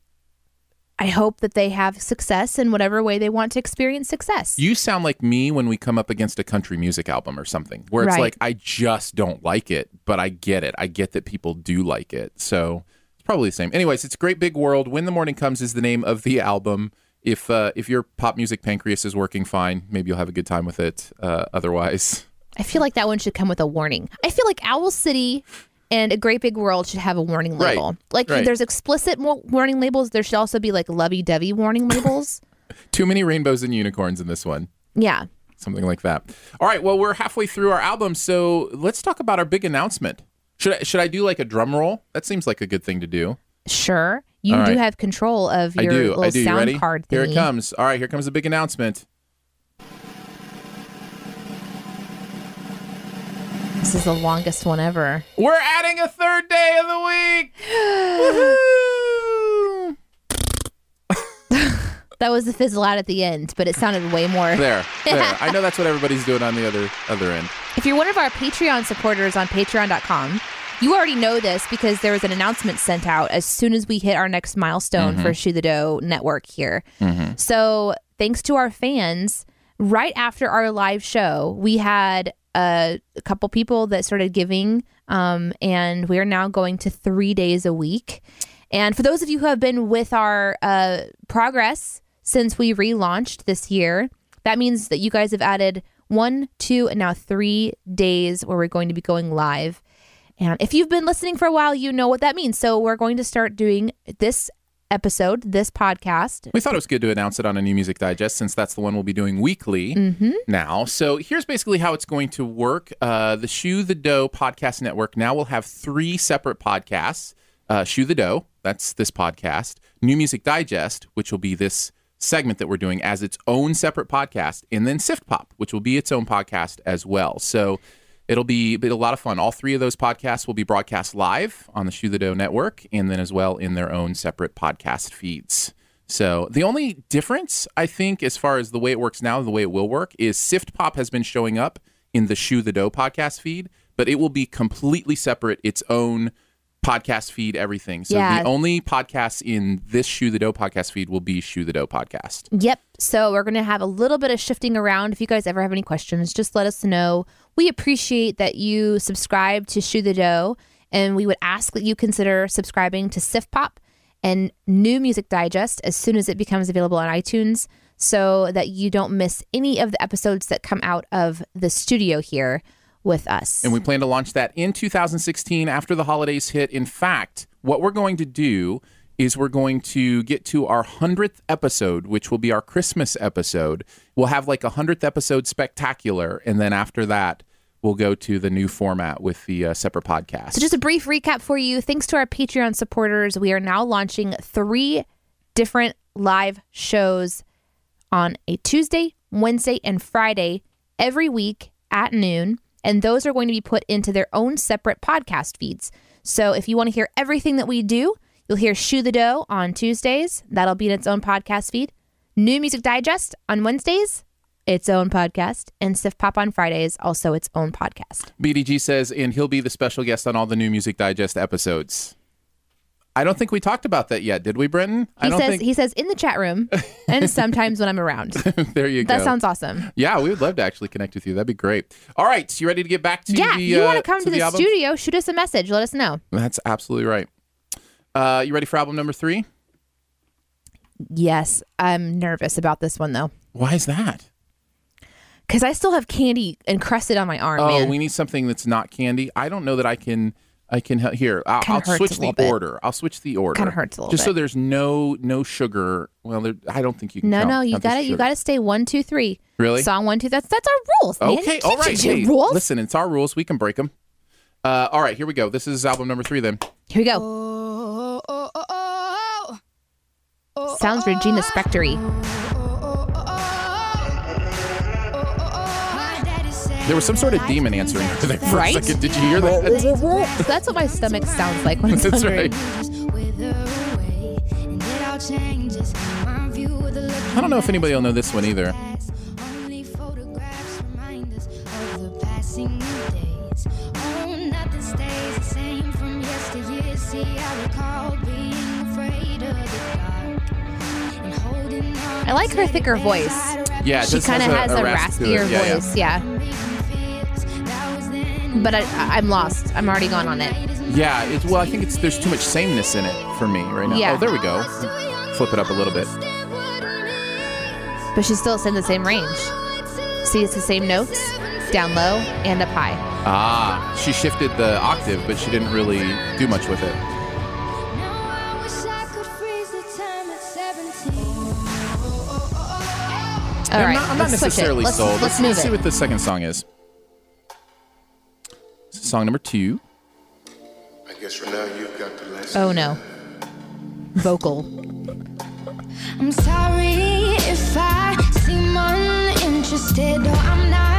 S3: I hope that they have success in whatever way they want to experience success.
S2: You sound like me when we come up against a country music album or something, where it's
S3: Right.
S2: like I just don't like it, but I get it. I get that people do like it, so it's probably the same. Anyways, it's Great Big World. When the Morning Comes is the name of the album. If uh, if your pop music pancreas is working fine, maybe you'll have a good time with it. Uh, otherwise,
S3: I feel like that one should come with a warning. I feel like Owl City and A Great Big World should have a warning
S2: Right,
S3: label. Like
S2: right.
S3: there's explicit mo- warning labels. There should also be like lovey-dovey warning labels.
S2: too many rainbows and unicorns in this one.
S3: yeah.
S2: something like that. All right, well, we're halfway through our album, so let's talk about our big announcement. Should I, should I do like a drum roll? That seems like a good thing to do.
S3: Sure. You
S2: All
S3: do
S2: right.
S3: have control of
S2: I
S3: your
S2: do.
S3: little
S2: I do. You
S3: sound
S2: ready?
S3: card
S2: Here
S3: thingy.
S2: it comes. All right, here comes the big announcement.
S3: This is the longest one ever.
S2: We're adding a third day of the week. Woohoo!
S3: That was the fizzle out at the end, but it sounded way more.
S2: There, there. I know that's what everybody's doing on the other other end.
S3: If you're one of our Patreon supporters on patreon.com, you already know this because there was an announcement sent out as soon as we hit our next
S2: Mm-hmm.
S3: milestone for Shoe the Dough Network here. So, thanks to our fans, right after our live show, we had a, a couple people that started giving, um, and we're now going to three days a week. And for those of you who have been with our uh, progress since we relaunched this year, that means that you guys have added one, two, and now three days where we're going to be going live. And if you've been listening for a while, you know what that means. So we're going to start doing this episode, this podcast.
S2: We thought it was good to announce it on a New Music Digest since that's the one we'll be doing weekly now. So here's basically how it's going to work. Uh, the Shoe the Dough Podcast Network now will have three separate podcasts uh, Shoe the Dough, that's this podcast, New Music Digest, which will be this segment that we're doing as its own separate podcast, and then Sift Pop, which will be its own podcast as well. So It'll be, be a lot of fun. All three of those podcasts will be broadcast live on the Shoe the Dough Network and then as well in their own separate podcast feeds. So the only difference, I think, as far as the way it works now and the way it will work, is Sift Pop has been showing up in the Shoe the Dough podcast feed, but it will be completely separate, its own podcast feed, everything. So
S3: Yeah.
S2: the only podcasts in this Shoe the Dough podcast feed will be Shoe the Dough podcast.
S3: Yep. So we're going to have a little bit of shifting around. If you guys ever have any questions, just let us know. We appreciate that you subscribe to Shoe the Dough, and we would ask that you consider subscribing to Sif Pop and New Music Digest as soon as it becomes available on iTunes so that you don't miss any of the episodes that come out of the studio here with us.
S2: And we plan to launch that in 2016 after the holidays hit. In fact, what we're going to do is we're going to get to our 100th episode, which will be our Christmas episode. We'll have like a 100th episode spectacular. And then after that, we'll go to the new format with the uh, separate podcast.
S3: So, just a brief recap for you. Thanks to our Patreon supporters, we are now launching three different live shows on a Tuesday, Wednesday, and Friday every week at noon. And those are going to be put into their own separate podcast feeds. So, if you want to hear everything that we do, you'll hear Shoe the Dough on Tuesdays. That'll be in its own podcast feed. New Music Digest on Wednesdays, its own podcast. And Sif Pop on Fridays, also its own podcast.
S2: BDG says, and he'll be the special guest on all the new Music Digest episodes. I don't think we talked about that yet, did we, Brenton? I
S3: He
S2: don't
S3: says
S2: think.
S3: he says in the chat room and sometimes when I'm around. That
S2: there you go.
S3: sounds awesome.
S2: Yeah, we would love to actually connect with you. That'd be great. All right, so you ready to get back to
S3: yeah,
S2: the?
S3: you want to
S2: uh,
S3: come to the,
S2: album?
S3: studio, shoot us a message, let us know.
S2: That's absolutely right. Uh, you ready for album number three?
S3: Yes, I'm nervous about this one though.
S2: Why is that?
S3: Cuz I still have candy encrusted on my arm,
S2: Oh,
S3: man.
S2: we need something that's not candy. I don't know that I can. I can help here. I'll,
S3: Kinda
S2: I'll
S3: hurts a
S2: switch the
S3: little bit.
S2: order. I'll switch the order.
S3: Kinda hurts a little
S2: Just so
S3: bit.
S2: there's no no sugar. Well, there, I don't think you can.
S3: no,
S2: count-
S3: no, you
S2: count this
S3: got to you
S2: sugar.
S3: got to stay one, two, three.
S2: Really?
S3: Song one, two. That's that's our rules, man.
S2: Okay,
S3: You
S2: all
S3: can't
S2: right.
S3: change
S2: Hey,
S3: your rules.
S2: Listen, it's our rules. We can break them. Uh, all right, here we go. This is album number three. Then
S3: Here we go.
S5: Oh, oh, oh, oh,
S3: Sounds Regina Spectory.
S5: Oh,
S2: there was some sort of demon answering her there for
S3: Right?
S2: a second. Did you hear that?
S3: That's what my stomach sounds like when it's
S2: That's
S3: hungry.
S2: right. I don't know if anybody will know this one either.
S5: Only photographs remind us of the passing days. Oh, nothing stays the same from yesteryear. See, I recall being afraid of the dark and holding on.
S3: I like her thicker voice.
S2: Yeah, it
S3: She
S2: just
S3: kind of has a,
S2: rasp to it.
S3: raspier
S2: Yeah, yeah.
S3: voice, yeah. But I, I- I'm lost. I'm already gone on it.
S2: Yeah, it's well, I think it's there's too much sameness in it for me right now.
S3: Yeah.
S2: Oh, there we go. Flip it up a little bit.
S3: But she's still in the same range. See, it's the same notes, down low and up high.
S2: Ah, she shifted the octave, but she didn't really do much with it.
S3: All
S2: I'm
S3: right,
S2: not, I'm not
S3: let's switch
S2: necessarily
S3: it. Let's,
S2: sold.
S3: Let's,
S2: let's see
S3: move
S2: what
S3: it.
S2: the second song is. This is Song number two.
S7: I guess for now you've got the last.
S3: Oh no, vocal.
S5: I'm sorry if I seem uninterested or I'm not.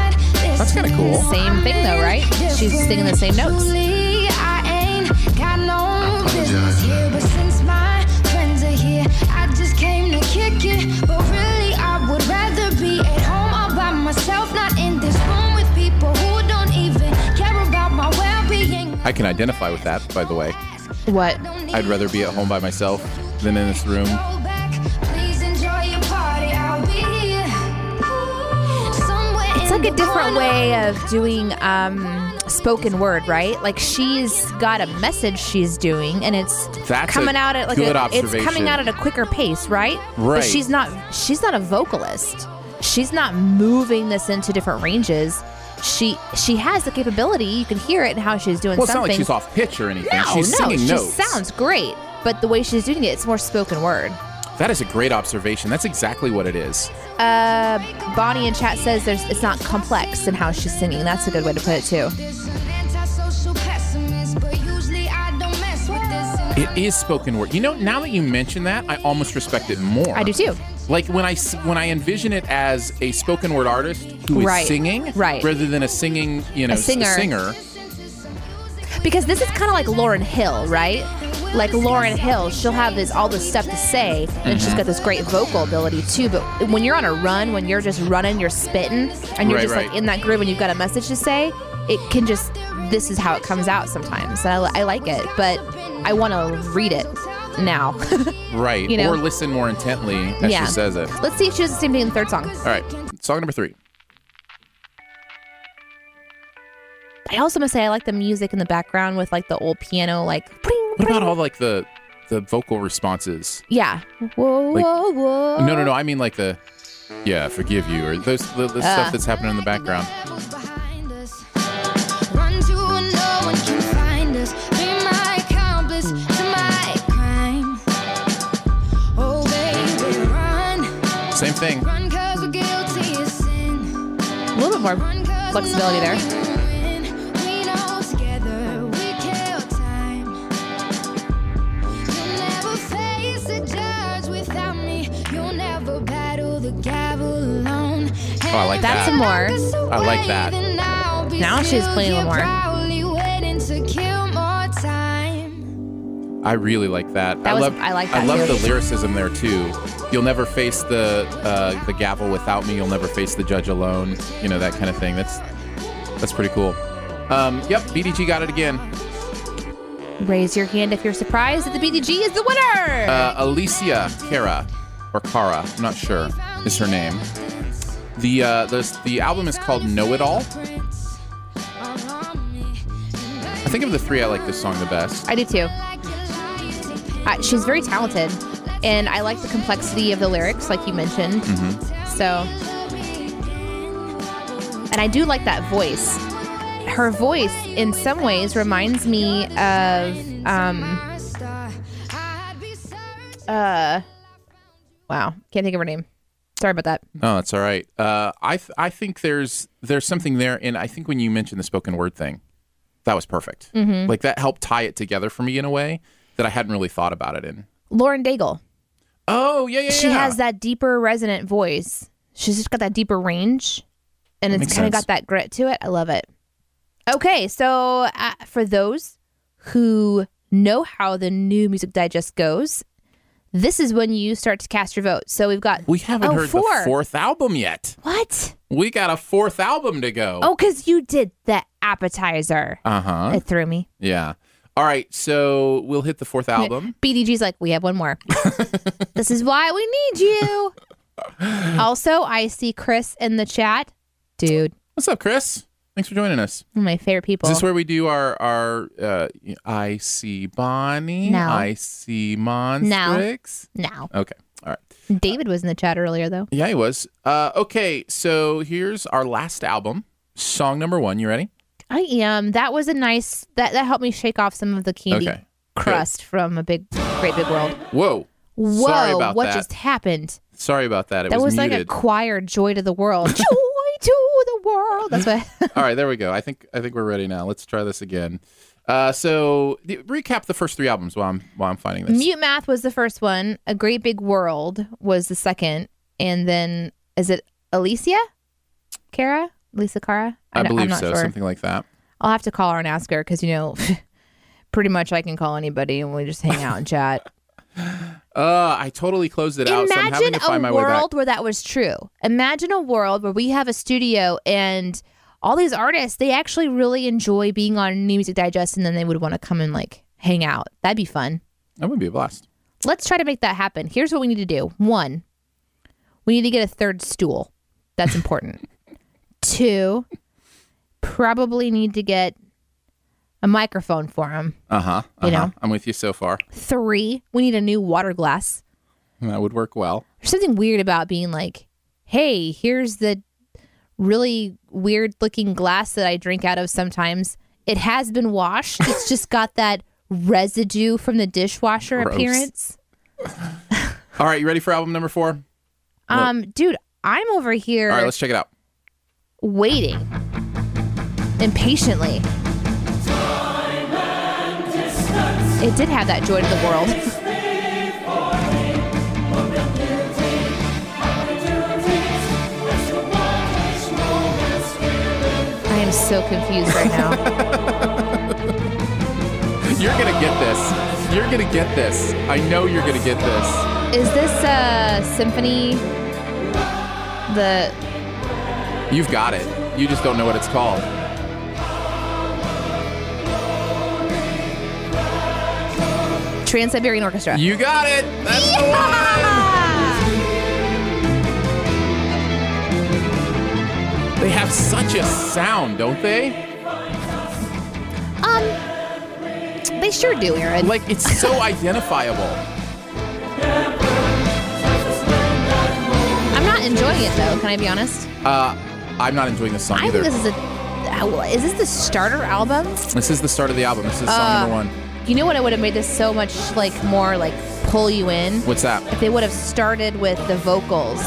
S2: That's kinda cool.
S3: Same thing though, right? She's singing the same notes.
S5: Truly, I ain't got no business here, but since my friends are here, I just came to kick it. But really, I would rather be at home all by myself, not in this room with people who don't even care about my well-being.
S2: I can identify with that, by the way.
S3: What?
S2: I'd rather be at home by myself than in this room.
S5: Go back, please enjoy your party. I'll be here. Somewhere
S3: It's
S5: in
S3: like a
S5: the
S3: different
S5: corner.
S3: way of doing um, spoken word, right? Like she's got a message she's doing, and it's
S2: That's a
S3: coming out at like
S2: good
S3: a, it's
S2: observation.
S3: coming out at a quicker pace, right?
S2: Right.
S3: But she's not she's not a vocalist. She's not moving this into different ranges. She she has the capability. You can hear it and how she's doing
S2: Well, it's not
S3: something.
S2: like she's off pitch or anything.
S3: no,
S2: she's
S3: no,
S2: singing
S3: she
S2: notes.
S3: sounds great, but the way she's doing it, it's more spoken word.
S2: That is a great observation. That's exactly what it is.
S3: Uh, Bonnie in chat says there's it's not complex in how she's singing. That's a good way to put it too.
S5: This an antisocial pessimist, but usually I don't mess with this. And
S2: It is spoken word. You know, now that you mention that, I almost respect it more.
S3: I do too.
S2: Like when I s- when I envision it as a spoken word artist who is
S3: Right.
S2: singing,
S3: Right.
S2: rather than a singing, you know, s-
S3: singer.
S2: singer.
S3: Because this is kind of like Lauren Hill, right? Like Lauren Hill, she'll have this all this stuff to say, and she's
S2: Mm-hmm.
S3: got this great vocal ability too. But when you're on a run, when you're just running, you're spitting, and you're
S2: Right,
S3: just
S2: right.
S3: like in that groove, and you've got a message to say, it can just this is how it comes out sometimes, and I, li- I like it. But I want to read it now.
S2: Right.
S3: You know?
S2: Or listen more intently as
S3: yeah,
S2: she says it.
S3: Let's see if she does the same thing in the third song.
S2: All right. Song number three.
S3: I also must say I like the music in the background with like the old piano, like.
S2: What about all like the the vocal responses?
S3: Yeah. Whoa,
S2: Like-
S3: whoa, whoa.
S2: No, no, no. I mean like the yeah, forgive you or those the, the
S3: Uh.
S2: stuff that's happening in the background.
S5: Levels behind us. Run to and no one can find us. Be my accomplice to my crime. Oh, baby, run.
S2: Same thing.
S5: Run, cause we're guilty of sin.
S3: A little bit more
S5: Run, cause
S3: flexibility
S5: we know
S3: there.
S5: we will win. We know together we kill time. You'll never face a judge without me. You'll never battle the gavel alone.
S2: Oh, I like
S3: That's
S2: that.
S3: some more.
S2: I like that.
S5: Now
S3: she's playing a little more.
S2: I really like that.
S3: That
S2: I
S3: was-
S2: love
S3: I like
S2: I
S3: that
S2: love
S3: too.
S2: the lyricism there too. You'll never face the uh, the gavel without me. You'll never face the judge alone. You know that kind of thing. That's that's pretty cool. Um, yep, BDG got it again.
S3: Raise your hand if you're surprised that the BDG is the winner.
S2: Uh, Alicia Cara, or Cara, I'm not sure, is her name. The uh, the the album is called Know It All. I think of the three, I like this song the best.
S3: I do too. Uh, she's very talented, and I like the complexity of the lyrics, like you mentioned. So, and I do like that voice. Her voice, in some ways, reminds me of um, uh, wow, can't think of her name. Sorry about that.
S2: No, Oh, that's all right. Uh, I th- I think there's there's something there, and I think when you mentioned the spoken word thing, that was perfect.
S3: Mm-hmm.
S2: Like that helped tie it together for me in a way that I hadn't really thought about it in.
S3: Lauren Daigle.
S2: Oh yeah yeah
S3: She
S2: yeah.
S3: has that deeper resonant voice. She's just got that deeper range, and it's
S2: Makes
S3: kind of
S2: sense.
S3: got that grit to it. I love it. Okay, so uh, for those who know how the new Music Digest goes, this is when you start to cast your vote. So we've got
S2: We haven't
S3: oh,
S2: heard
S3: four.
S2: the fourth album yet.
S3: What?
S2: We got a fourth album to go.
S3: Oh, because you did the appetizer.
S2: Uh huh.
S3: It threw me.
S2: Yeah. All right. So we'll hit the fourth album.
S3: BDG's like, we have one more. this is why we need you. also, I see Chris in the chat. Dude,
S2: What's up, Chris? Thanks for joining us.
S3: one of my favorite people.
S2: Is this where we do our our uh, I see Bonnie?
S3: No.
S2: I see Monstrix.
S3: now.
S2: Okay. All right.
S3: David was in the chat earlier, though.
S2: Yeah, he was. Uh, okay. So here's our last album, song number one. You ready?
S3: I am. That was a nice. That that helped me shake off some of the candy
S2: Okay.
S3: crust from a big, great big world.
S2: Whoa.
S3: Whoa!
S2: Sorry about
S3: what
S2: that.
S3: just happened?
S2: Sorry about that. It
S3: that was, like a
S2: muted.
S3: choir joy to the world. joy to the world. That's what.
S2: All right, there we go. I think I think we're ready now. Let's try this again. Uh, so the, recap the first three albums while I'm while I'm finding this.
S3: Mute math was the first one. A great big world was the second, and then is it Alicia, Cara, Lisa Cara?
S2: I,
S3: don't-
S2: believe
S3: I'm not
S2: so,
S3: Sure.
S2: something like that.
S3: I'll have to call her and ask her because you know, pretty much I can call anybody and we just hang out and chat.
S2: Uh, I totally closed it out. So I'm having
S3: Imagine
S2: to find my
S3: a
S2: way back.
S3: world where that was true. Imagine a world where we have a studio and all these artists, they actually really enjoy being on New Music Digest and then they would want to come and like hang out. That'd be fun.
S2: That would be a blast.
S3: Let's try to make that happen. Here's what we need to do. One, we need to get a third stool. That's important. Two, probably need to get a microphone for him.
S2: Uh huh.
S3: You know.
S2: I'm with you so far.
S3: Three, we need a new water glass.
S2: That would work well.
S3: There's something weird about being like, hey, here's the really weird looking glass that I drink out of sometimes. It has been washed. It's just got that residue from the dishwasher
S2: Gross.
S3: appearance.
S2: All right, you ready for album number four?
S3: Um, dude, I'm over here
S2: All right, let's check it out.
S3: waiting impatiently. It did have that joy to the world. I am so confused right now.
S2: You're gonna get this. You're gonna get this. I know you're gonna get this.
S3: Is this uh, symphony? The
S2: You've got it. You just don't know what it's called.
S3: Trans Siberian Orchestra. Ah!
S2: You got it. That's the one. They have such a sound, don't they?
S3: Um, they sure do, Aaron.
S2: Like it's so identifiable.
S3: I'm not enjoying it though. Can I be honest?
S2: Uh, I'm not enjoying this song
S3: I
S2: either.
S3: think this is a. uh, well, Is this the starter album?
S2: This is the start of the album. This is song number
S3: Uh.
S2: one.
S3: You know what? I would have made this so much like more like pull you in
S2: What's that?
S3: if they would have started with the vocals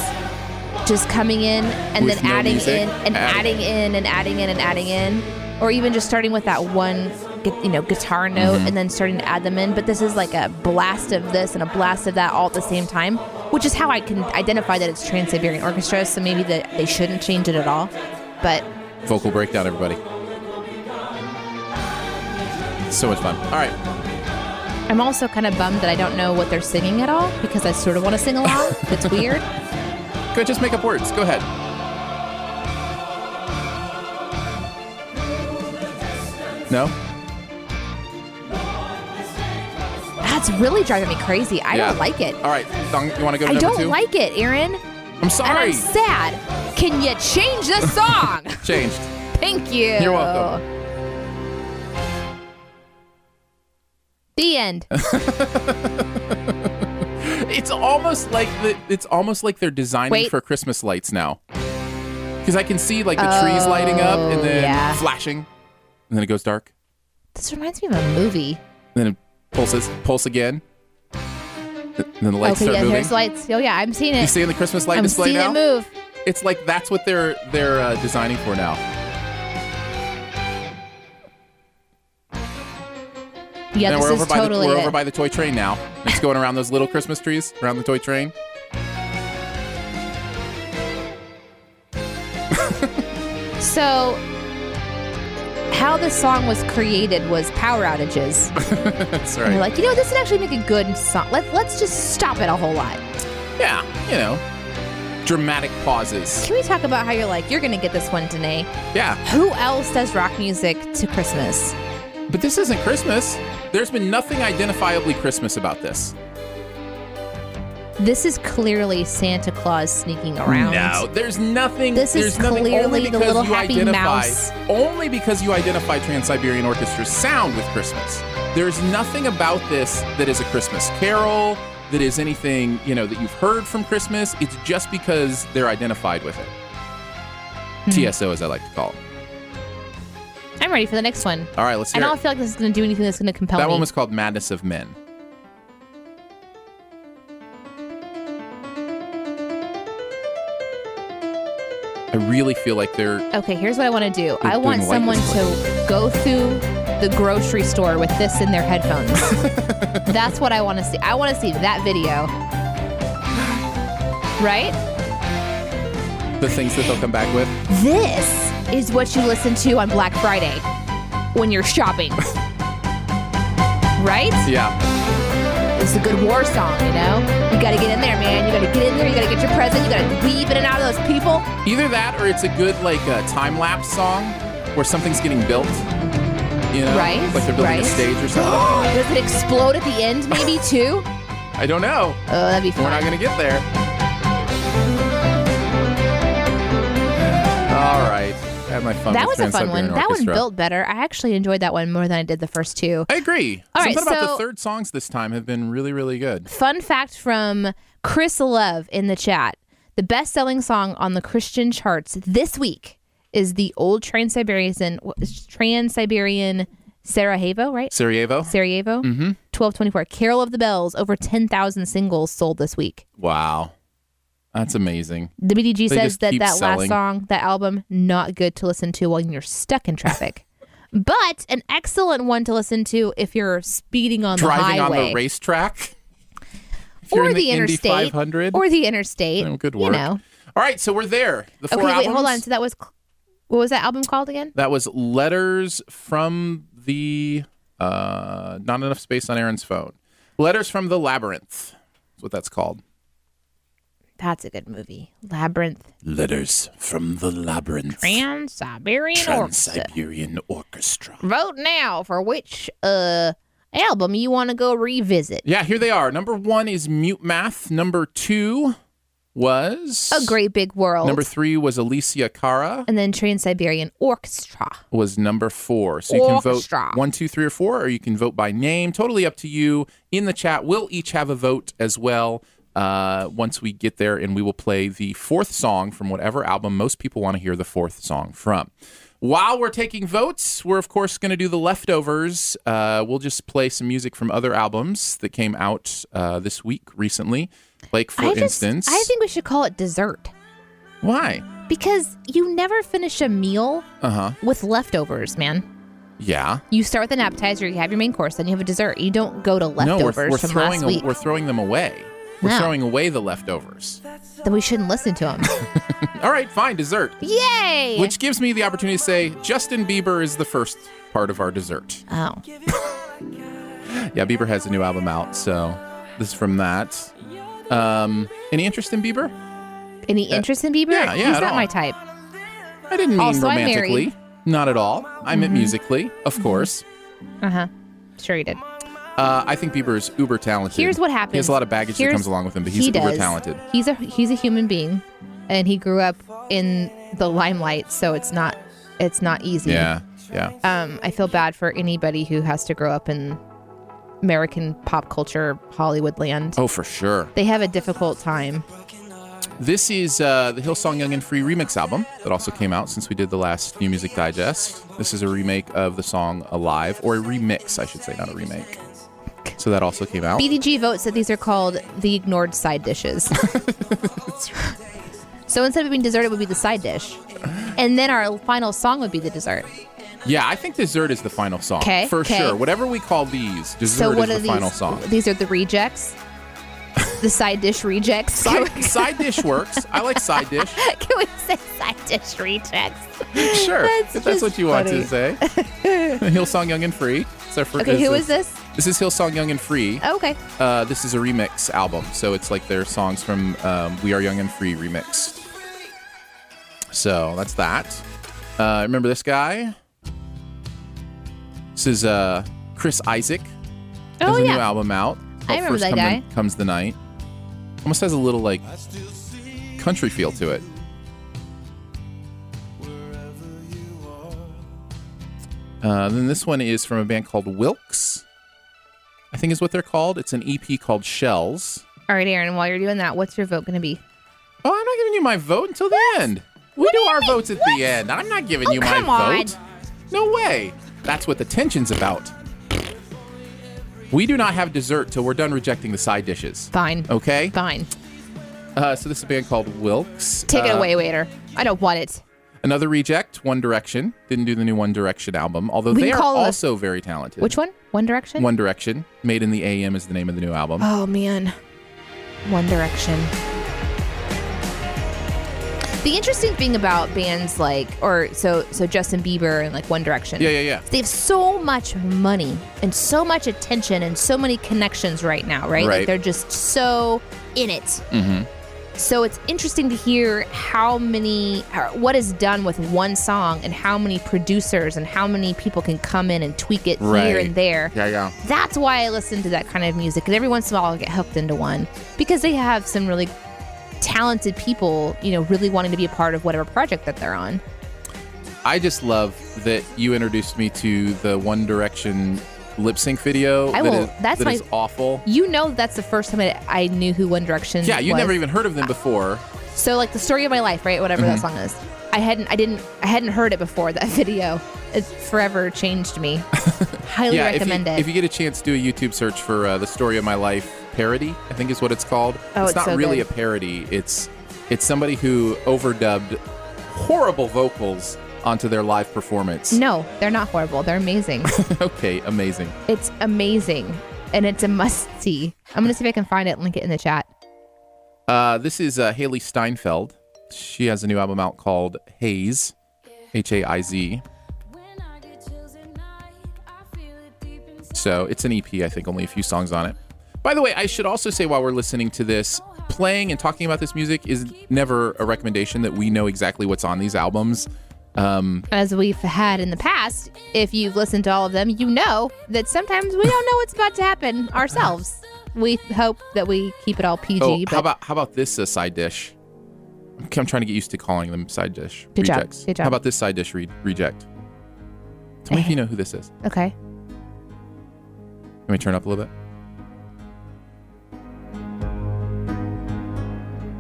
S3: just coming in and
S2: With
S3: then
S2: no
S3: adding
S2: music?
S3: in and
S2: Adding-
S3: adding in and adding in and adding in, or even just starting with that one gu- you know guitar note
S2: Mm-hmm.
S3: and then starting to add them in. But this is like a blast of this and a blast of that all at the same time, which is how I can identify that it's Trans Siberian Orchestra. So maybe that they shouldn't change it at all, but.
S2: Vocal breakdown, everybody. So much fun. All right.
S3: I'm also kind of bummed that I don't know what they're singing at all because I sort of want to sing along. It's weird.
S2: Go just make up words. Go ahead. No?
S3: That's really driving me crazy. I
S2: Yeah.
S3: don't like it.
S2: All right, Dong, you want to go to
S3: I
S2: number
S3: don't
S2: two?
S3: like it, Aaron.
S2: I'm
S3: And I'm
S2: sorry.
S3: sad. Can you change the song?
S2: Changed.
S3: Thank you.
S2: You're welcome.
S3: The end.
S2: It's almost like the, it's almost like they're designing
S3: Wait.
S2: for Christmas lights now. Because I can see like the trees lighting up and
S3: Oh,
S2: then
S3: yeah.
S2: flashing, and then it goes dark,
S3: This reminds me of a movie.
S2: and then it pulses, pulse again, and then the lights
S3: okay,
S2: start
S3: yeah,
S2: moving.
S3: there's lights. Oh yeah, I'm seeing
S2: You
S3: it.
S2: seeing the Christmas light
S3: I'm
S2: display
S3: seeing
S2: now?
S3: it move.
S2: It's like that's what they're they're uh, designing for now.
S3: Yeah,
S2: and
S3: this
S2: we're over
S3: is totally
S2: by the, we're
S3: it.
S2: over by the toy train now. It's going around those little Christmas trees around the toy train.
S3: So, how this song was created was power outages.
S2: That's
S3: And
S2: right.
S3: they're like, you know, this would actually make a good song. Let, let's just stop it a whole lot.
S2: yeah, you know, dramatic pauses.
S3: Can we talk about how you're like, you're going to get this one, Danae?
S2: Yeah,
S3: Who else does rock music to Christmas?
S2: but this isn't Christmas. There's been nothing identifiably Christmas about this.
S3: This is clearly Santa Claus sneaking around.
S2: No, there's nothing.
S3: This
S2: there's
S3: is
S2: nothing, only
S3: clearly the
S2: because
S3: little
S2: you
S3: happy
S2: identify,
S3: mouse.
S2: Only because you identify Trans Siberian Orchestra's sound with Christmas. There's nothing about this that is a Christmas carol. That is anything you know that you've heard from Christmas. It's just because they're identified with it.
S3: Hmm.
S2: TSO, as I like to call it.
S3: I'm ready for the next one.
S2: All right, let's
S3: I
S2: hear
S3: don't
S2: it.
S3: feel like this is going to do anything that's going to compel
S2: That
S3: me.
S2: one was called "Madness of Men." I really feel like they're
S3: Okay, here's what I want to do.
S2: They're
S3: I want
S2: doing white
S3: someone
S2: this
S3: to go through the grocery store with this in their headphones. That's what I want to see. I want to see that video. Right?
S2: the things that they'll come back with.
S3: This is what you listen to on Black Friday when you're shopping. right?
S2: Yeah.
S3: It's a good war song, you know? You got to get in there, man. You got to get in there. You got to get your present. You got to weave in and out of those people.
S2: Either that or it's a good like uh, time lapse song where something's getting built. You know,
S3: Right,
S2: like they're building a
S3: right.
S2: stage or something.
S3: Does it explode at the end, maybe, too?
S2: I don't know.
S3: Oh, that'd be fun.
S2: We're not gonna get there. All right. I had my fun.
S3: that
S2: with
S3: was a fun one.
S2: Trans-Siberian
S3: That one
S2: Orchestra.
S3: built better. I actually enjoyed that one more than I did the first two.
S2: I agree.
S3: All right,
S2: Something about the
S3: so-
S2: third songs this time have been really, really good.
S3: Fun fact from Chris Love in the chat: the best-selling song on the Christian charts this week is the old Trans-Siberian Trans-Siberian Sarajevo, right?
S2: Sarajevo.
S3: Sarajevo. Mm-hmm. Twelve twenty-four. Carol of the Bells. Over ten thousand singles sold this week.
S2: wow. That's amazing.
S3: The BDG
S2: They
S3: says
S2: just
S3: that
S2: keep
S3: that
S2: selling.
S3: last song, that album, not good to listen to while you're stuck in traffic. But an excellent one to listen to if you're speeding on
S2: Driving
S3: the
S2: on
S3: highway
S2: the racetrack. If you're
S3: or
S2: in
S3: the,
S2: Indy
S3: interstate
S2: 500.
S3: or the interstate.
S2: Oh, good
S3: You
S2: work.
S3: know.
S2: All right, so we're there. The four
S3: Okay, wait, hold
S2: albums.
S3: on. So that was cl- what was that album called again?
S2: That was letters from the uh, not enough space on Aaron's phone. Letters from the labyrinth. That's what that's called.
S3: That's a good movie. Labyrinth.
S2: Letters from the labyrinth.
S3: Trans Siberian Orchestra.
S2: Siberian Orchestra.
S3: Vote now for which uh album you want to go revisit.
S2: Yeah, here they are. Number one is Mute Math. Number two was
S3: A Great Big World.
S2: Number three was Alicia Cara.
S3: and then Trans Siberian Orchestra.
S2: was number four. So you can
S3: Orchestra.
S2: vote one, two, three, or four, or you can vote by name. Totally up to you. In the chat, we'll each have a vote as well. Uh, once we get there, and we will play the fourth song from whatever album most people want to hear the fourth song from. While we're taking votes, we're of course going to do the leftovers. Uh, we'll just play some music from other albums that came out uh, this week recently. Like for
S3: I just,
S2: instance,
S3: I think we should call it dessert
S2: why?
S3: because you never finish a meal
S2: Uh huh.
S3: with leftovers, man.
S2: Yeah.
S3: You start with an appetizer, you have your main course, then you have a dessert. You don't go to leftovers
S2: no, we're, we're
S3: from
S2: throwing
S3: last
S2: them-
S3: week.
S2: we're throwing them away. We're
S3: No.
S2: throwing away the leftovers.
S3: Then we shouldn't listen to them.
S2: All right, fine, dessert.
S3: Yay!
S2: Which gives me the opportunity to say Justin Bieber is the first part of our dessert.
S3: oh,
S2: Yeah, Bieber has a new album out, so this is from that. Um, any interest in Bieber?
S3: any interest in Bieber?
S2: yeah, yeah,
S3: He's
S2: at
S3: not
S2: all.
S3: my type.
S2: I didn't mean
S3: Also, I'm Mm-hmm.
S2: romantically.
S3: married.
S2: Not at all. I meant musically, of course.
S3: Uh huh. Sure, you did.
S2: Uh, I think Bieber is uber talented.
S3: Here's what happens.
S2: He has a lot of baggage
S3: Here's-
S2: that comes along with him, but he's
S3: he
S2: uber
S3: does.
S2: talented.
S3: He's a he's a human being, and he grew up in the limelight, so it's not it's not easy.
S2: Yeah, yeah.
S3: Um, I feel bad for anybody who has to grow up in American pop culture Hollywood land.
S2: Oh, for sure.
S3: They have a difficult time.
S2: This is uh, the Hillsong Young and Free remix album that also came out since we did the last New Music Digest. This is a remake of the song Alive, or a remix, I should say, not a remake. So that also came out.
S3: BDG votes that these are called the ignored side dishes. so instead of being dessert, it would be the side dish, and then our final song would be the dessert.
S2: Yeah, I think Dessert is the final song.
S3: 'Kay,
S2: For
S3: 'kay.
S2: sure. Whatever we call these, Dessert
S3: so what
S2: is
S3: are
S2: the
S3: these?
S2: final song.
S3: These are the rejects. The side dish rejects.
S2: Side, side dish works. I like side dish.
S3: Can we say side dish rejects?
S2: Sure.
S3: That's
S2: if that's
S3: just
S2: what you want to say. Hillsong Young and Free. It's our fir-
S3: Okay, who
S2: this-
S3: is this?
S2: This is Hillsong Young and Free.
S3: Okay.
S2: Uh, this is a remix album, so it's like their songs from um, We Are Young and Free remixed. So that's that. Uh, remember this guy? This is uh, Chris Isaac.
S3: Oh,
S2: Has a
S3: yeah.
S2: new album
S3: I
S2: out. called
S3: remember
S2: First
S3: that
S2: Come
S3: guy.
S2: The- comes the night. Almost has a little like country feel to it. Uh, then this one is from a band called Wilkes. I think is what they're called. It's an EP called Shells.
S3: All right, Aaron, while you're doing that, what's your vote going to be?
S2: Oh, I'm not giving you my vote until the end. We do, our votes at the end. I'm not giving
S3: Oh,
S2: you my
S3: come on.
S2: vote. No way. That's what the tension's about. We do not have dessert till we're done rejecting the side dishes.
S3: Fine.
S2: Okay?
S3: Fine.
S2: Uh, so this is a band called Wilkes.
S3: Take it
S2: Uh,
S3: away, waiter. I don't want it.
S2: Another reject, One Direction. Didn't do the new One Direction album, although
S3: We
S2: they
S3: can
S2: are
S3: call it-
S2: also very talented.
S3: Which one? One Direction?
S2: One Direction. Made in the AM is the name of the new album.
S3: Oh, man. One Direction. The interesting thing about bands like, or so, so Justin Bieber and like One Direction.
S2: Yeah, yeah, yeah.
S3: They have so much money and so much attention and so many connections right now, right?
S2: Right. Mm-hmm.
S3: Like they're just so in it. So it's interesting to hear how many, or what is done with one song and how many producers and how many people can come in and tweak it here
S2: Right.
S3: and there.
S2: Yeah, yeah.
S3: That's why I listen to that kind of music. And every once in a while, I'll get hooked into one because they have some really talented people, you know, really wanting to be a part of whatever project that they're on.
S2: I just love that you introduced me to the One Direction lip sync video.
S3: I
S2: that
S3: will-
S2: is-
S3: that's
S2: that
S3: my-
S2: is awful.
S3: You know, that's the first time I, I knew who One Direction.
S2: Yeah, you
S3: was.
S2: never even heard of them before.
S3: So like the story of my life, right? Whatever
S2: Mm-hmm.
S3: that song is. I hadn't, I didn't, I hadn't heard it before. That video, it forever changed me. Highly
S2: yeah, if you,
S3: recommend it.
S2: if you get a chance, do a YouTube search for uh, the Story of My Life parody. I think is what it's called.
S3: Oh, it's
S2: not
S3: so
S2: really
S3: good.
S2: a parody. It's it's somebody who overdubbed horrible vocals onto their live performance.
S3: no, they're not horrible. They're amazing.
S2: okay, amazing.
S3: it's amazing, and it's a must see. I'm gonna see if I can find it. and Link it in the chat.
S2: Uh, this is uh, Haley Steinfeld. She has a new album out called Haze, H A I Z. So it's an EP, I think, only a few songs on it. By the way, I should also say while we're listening to this, playing and talking about this music is never a recommendation that we know exactly what's on these albums. Um,
S3: As we've had in the past, if you've listened to all of them, you know that sometimes we don't know what's about to happen ourselves. We hope that we keep it all PG.
S2: oh,
S3: but
S2: how about how about this uh, side dish? I'm, I'm trying to get used to calling them side dish
S3: Good job,
S2: rejects.
S3: good job.
S2: How about this side dish re- reject? Tell me if you know who this is.
S3: okay.
S2: Let me turn up a little bit.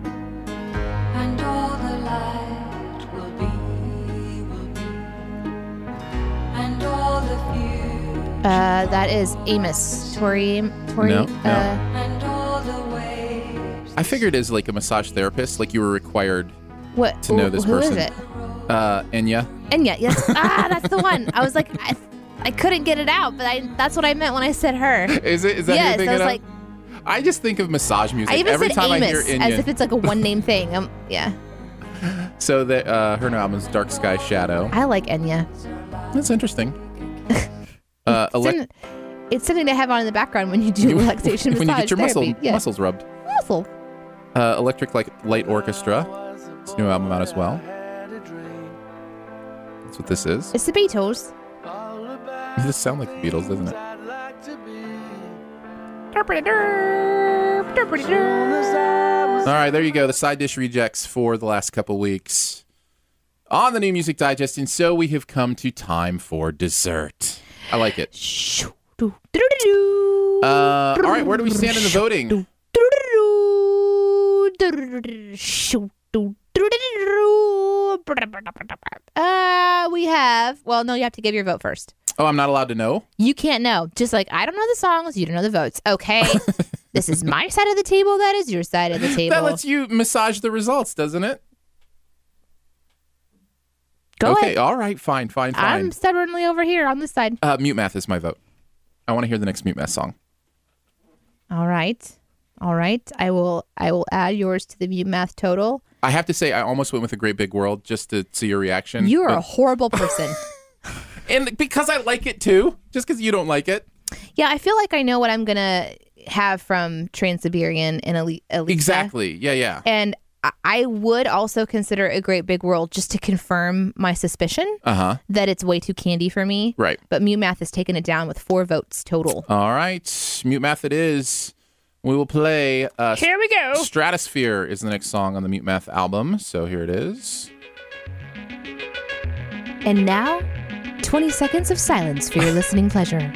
S5: And all the light will be, will be. And all the few,
S3: Uh, that is Amos. Tori. Tori.
S2: No, no.
S3: Uh,
S5: and all the waves.
S2: I figured as like a massage therapist, like you were required,
S3: what?
S2: To know
S3: wh-
S2: this
S3: who is
S2: person.
S3: it?
S2: uh, Enya.
S3: And yeah, yes. ah, that's the one. I was like, I, I couldn't get it out, but I, that's what I meant when I said her.
S2: Is it? Is that
S3: yes,
S2: who you're
S3: I was
S2: thinking
S3: like,
S2: of? I just think of massage music
S3: I even
S2: every
S3: said Amos
S2: time I hear
S3: as if
S2: Enya.
S3: it's like a one name thing. Um, yeah,
S2: So that uh, her new album is Dark Sky Shadow.
S3: I like Enya.
S2: That's interesting. Uh,
S3: It's,
S2: elec-
S3: in- it's something to have on in the background when you do relaxation
S2: when you
S3: massage
S2: get your muscle,
S3: therapy. Yeah.
S2: muscles rubbed.
S3: Muscle.
S2: Uh, Electric like Light Orchestra. It's a new album out as well. That's what this is.
S3: It's the Beatles.
S2: This sounds like the Beatles, doesn't it?
S3: Derp-a-derp, derp-a-derp.
S2: All right, there you go. The side dish rejects for the last couple weeks on the New Music Digest. And so we have come to time for dessert. I like it.
S3: Shoo, doo, doo, doo, doo.
S2: Uh, all right, where do we stand in the voting?
S3: Uh, we have. Well, no, you have to give your vote first.
S2: Oh, I'm not allowed to know?
S3: You can't know. Just like I don't know the songs, you don't know the votes. Okay, this is my side of the table. That is your side of the table.
S2: That lets you massage the results, doesn't it?
S3: Go
S2: okay,
S3: ahead.
S2: all right, fine, fine, fine.
S3: I'm stubbornly over here on this side.
S2: Uh, mute math is my vote. I want to hear the next mute math song.
S3: All right, all right. I will. I will add yours to the mute math total.
S2: I have to say, I almost went with a great big world just to see your reaction.
S3: You are a
S2: Mm, but-
S3: horrible person.
S2: and because I like it too, just because you don't like it.
S3: yeah, I feel like I know what I'm gonna have from Trans Siberian and Ali- Elisa.
S2: Exactly. Yeah, yeah.
S3: And I- I would also consider a great big world just to confirm my suspicion
S2: Uh huh.
S3: that it's way too candy for me.
S2: Right.
S3: But Mute Math has taken it down with four votes total.
S2: All right. Mute math it is. We will play. Uh, Here we go. Stratosphere is the next song on the Mute Math album. So here it is.
S3: And now, 20 seconds of silence for your listening pleasure.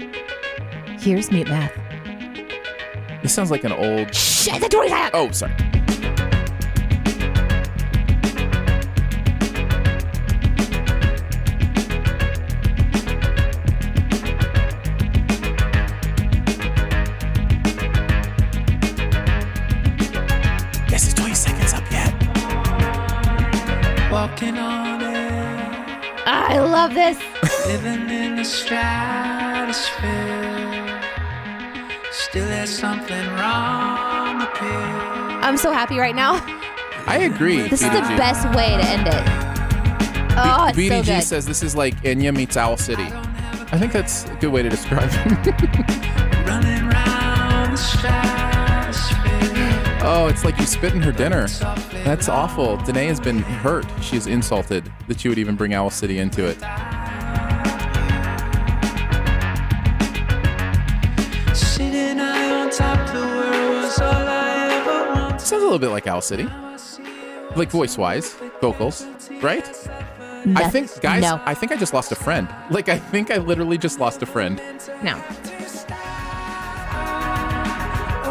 S3: Here's Mute Math.
S2: This sounds like an old.
S3: Shit, the 20 seconds!
S2: Oh, sorry. Yes, it's 20 seconds up yet.
S6: Walking on it,
S3: I love this.
S6: living in the stratosphere. Still there's something wrong up here.
S3: I'm so happy right now.
S2: I agree.
S3: This is the
S2: BDG.
S3: best way to end it. Oh, it's so
S2: BDG
S3: good.
S2: says this is like Enya meets Owl City. I think that's a good way to describe it.
S6: Running round the stratosphere.
S2: oh, it's like you spit in her dinner. That's awful. Danae has been hurt. She is insulted that you would even bring Owl City into it.
S6: Sitting high on top, the world was all I ever wanted.
S2: Sounds a little bit like Owl City, like voice wise, vocals, right? I think, guys,
S3: no.
S2: I think I just lost a friend. Like, I think I literally just lost a friend.
S3: No.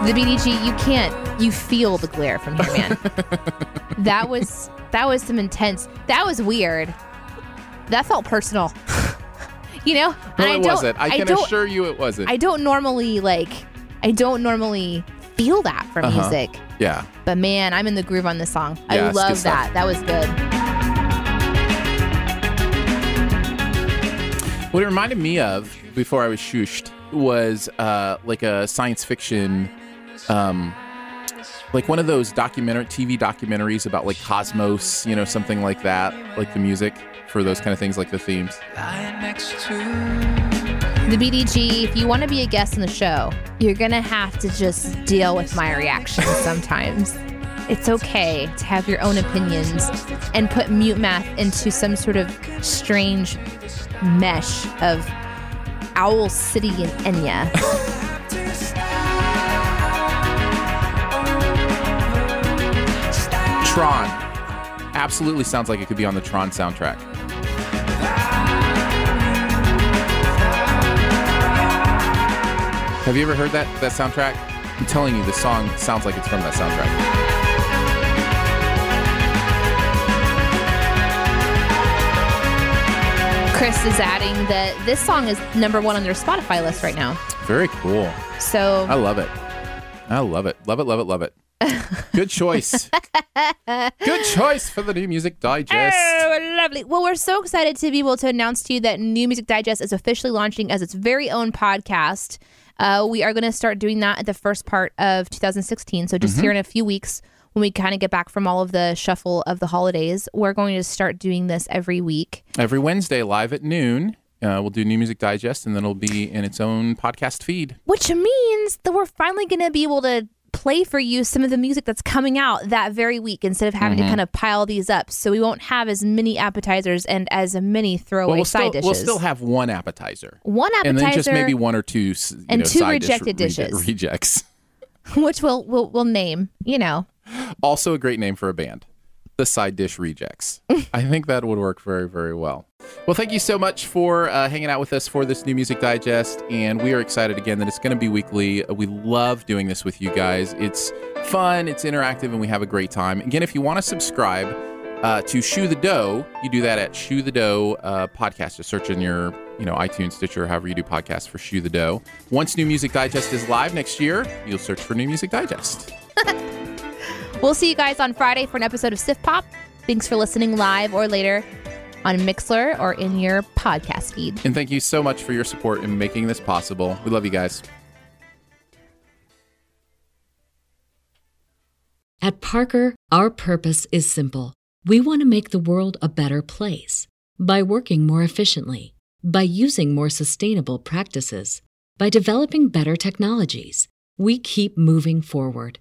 S3: The BDG, you can't. You feel the glare from here, man. that was that was some intense. That was weird. That felt personal. you know,
S2: No,
S3: And
S2: it
S3: don't-
S2: wasn't. I can
S3: don't.
S2: assure you it wasn't.
S3: I don't normally like. I don't normally feel that from
S2: Uh-huh.
S3: music,
S2: yeah.
S3: but man, I'm in the groove on this song.
S2: Yeah,
S3: I
S2: it's good
S3: love that.
S2: stuff.
S3: That was good.
S2: What it reminded me of before I was shooshed was uh, like a science fiction, um, like one of those documentary TV documentaries about like cosmos, you know, something like that, like the music for those kind of things, like the themes.
S6: Lying next to
S3: The BDG, if you want to be a guest on the show, you're going to have to just deal with my reactions sometimes. It's okay to have your own opinions and put mute math into some sort of strange mesh of Owl City and Enya.
S2: Tron, absolutely sounds like it could be on the Tron soundtrack. Have you ever heard that that soundtrack? I'm telling you, the song sounds like it's from that soundtrack.
S3: Chris is adding that this song is number one on their Spotify list right now.
S2: Very cool.
S3: So
S2: I love it. I love it. Love it. Love it. Love it. Good choice. Good choice for the new music digest.
S3: Oh, lovely. Well, we're so excited to be able to announce to you that New Music Digest is officially launching as its very own podcast. Uh, we are going to start doing that at the first part of 2016. So,
S2: Mm-hmm.
S3: just here in a few weeks, when we kind of get back from all of the shuffle of the holidays, we're going to start doing this every week.
S2: Every Wednesday, live at noon, uh, we'll do new music digest, and then it'll be in its own podcast feed.
S3: which means that we're finally going to be able to play for you some of the music that's coming out that very week instead of having to
S2: Mm-hmm.
S3: kind of pile these up. So we won't have as many appetizers and as many throwaway
S2: Well, we'll
S3: Oh, side
S2: still,
S3: dishes.
S2: we'll still have one appetizer.
S3: one appetizer
S2: and then just maybe one or two, s- you
S3: and
S2: know,
S3: two
S2: side dish
S3: rejected
S2: re- reje-
S3: dishes.
S2: rejects.
S3: which we'll, we'll we'll name. You know,
S2: Also, a great name for a band, the Side Dish Rejects. I think that would work very, very well. Well, thank you so much for uh, hanging out with us for this new music digest, and we are excited again that it's going to be weekly. Uh, We love doing this with you guys. It's fun, it's interactive, and we have a great time. Again, if you want to subscribe uh, to Shoe the Dough, you do that at Shoe the Dough uh, podcast. Just search in your you know iTunes, Stitcher, however you do podcasts for Shoe the Dough. Once New Music Digest is live next year, you'll search for New Music Digest.
S3: we'll see you guys on Friday for an episode of Sif Pop. Thanks for listening live or later on Mixler or in your podcast feed.
S2: And thank you so much for your support in making this possible. We love you guys.
S8: At Parker, our purpose is simple. We want to make the world a better place by working more efficiently, by using more sustainable practices, by developing better technologies. We keep moving forward.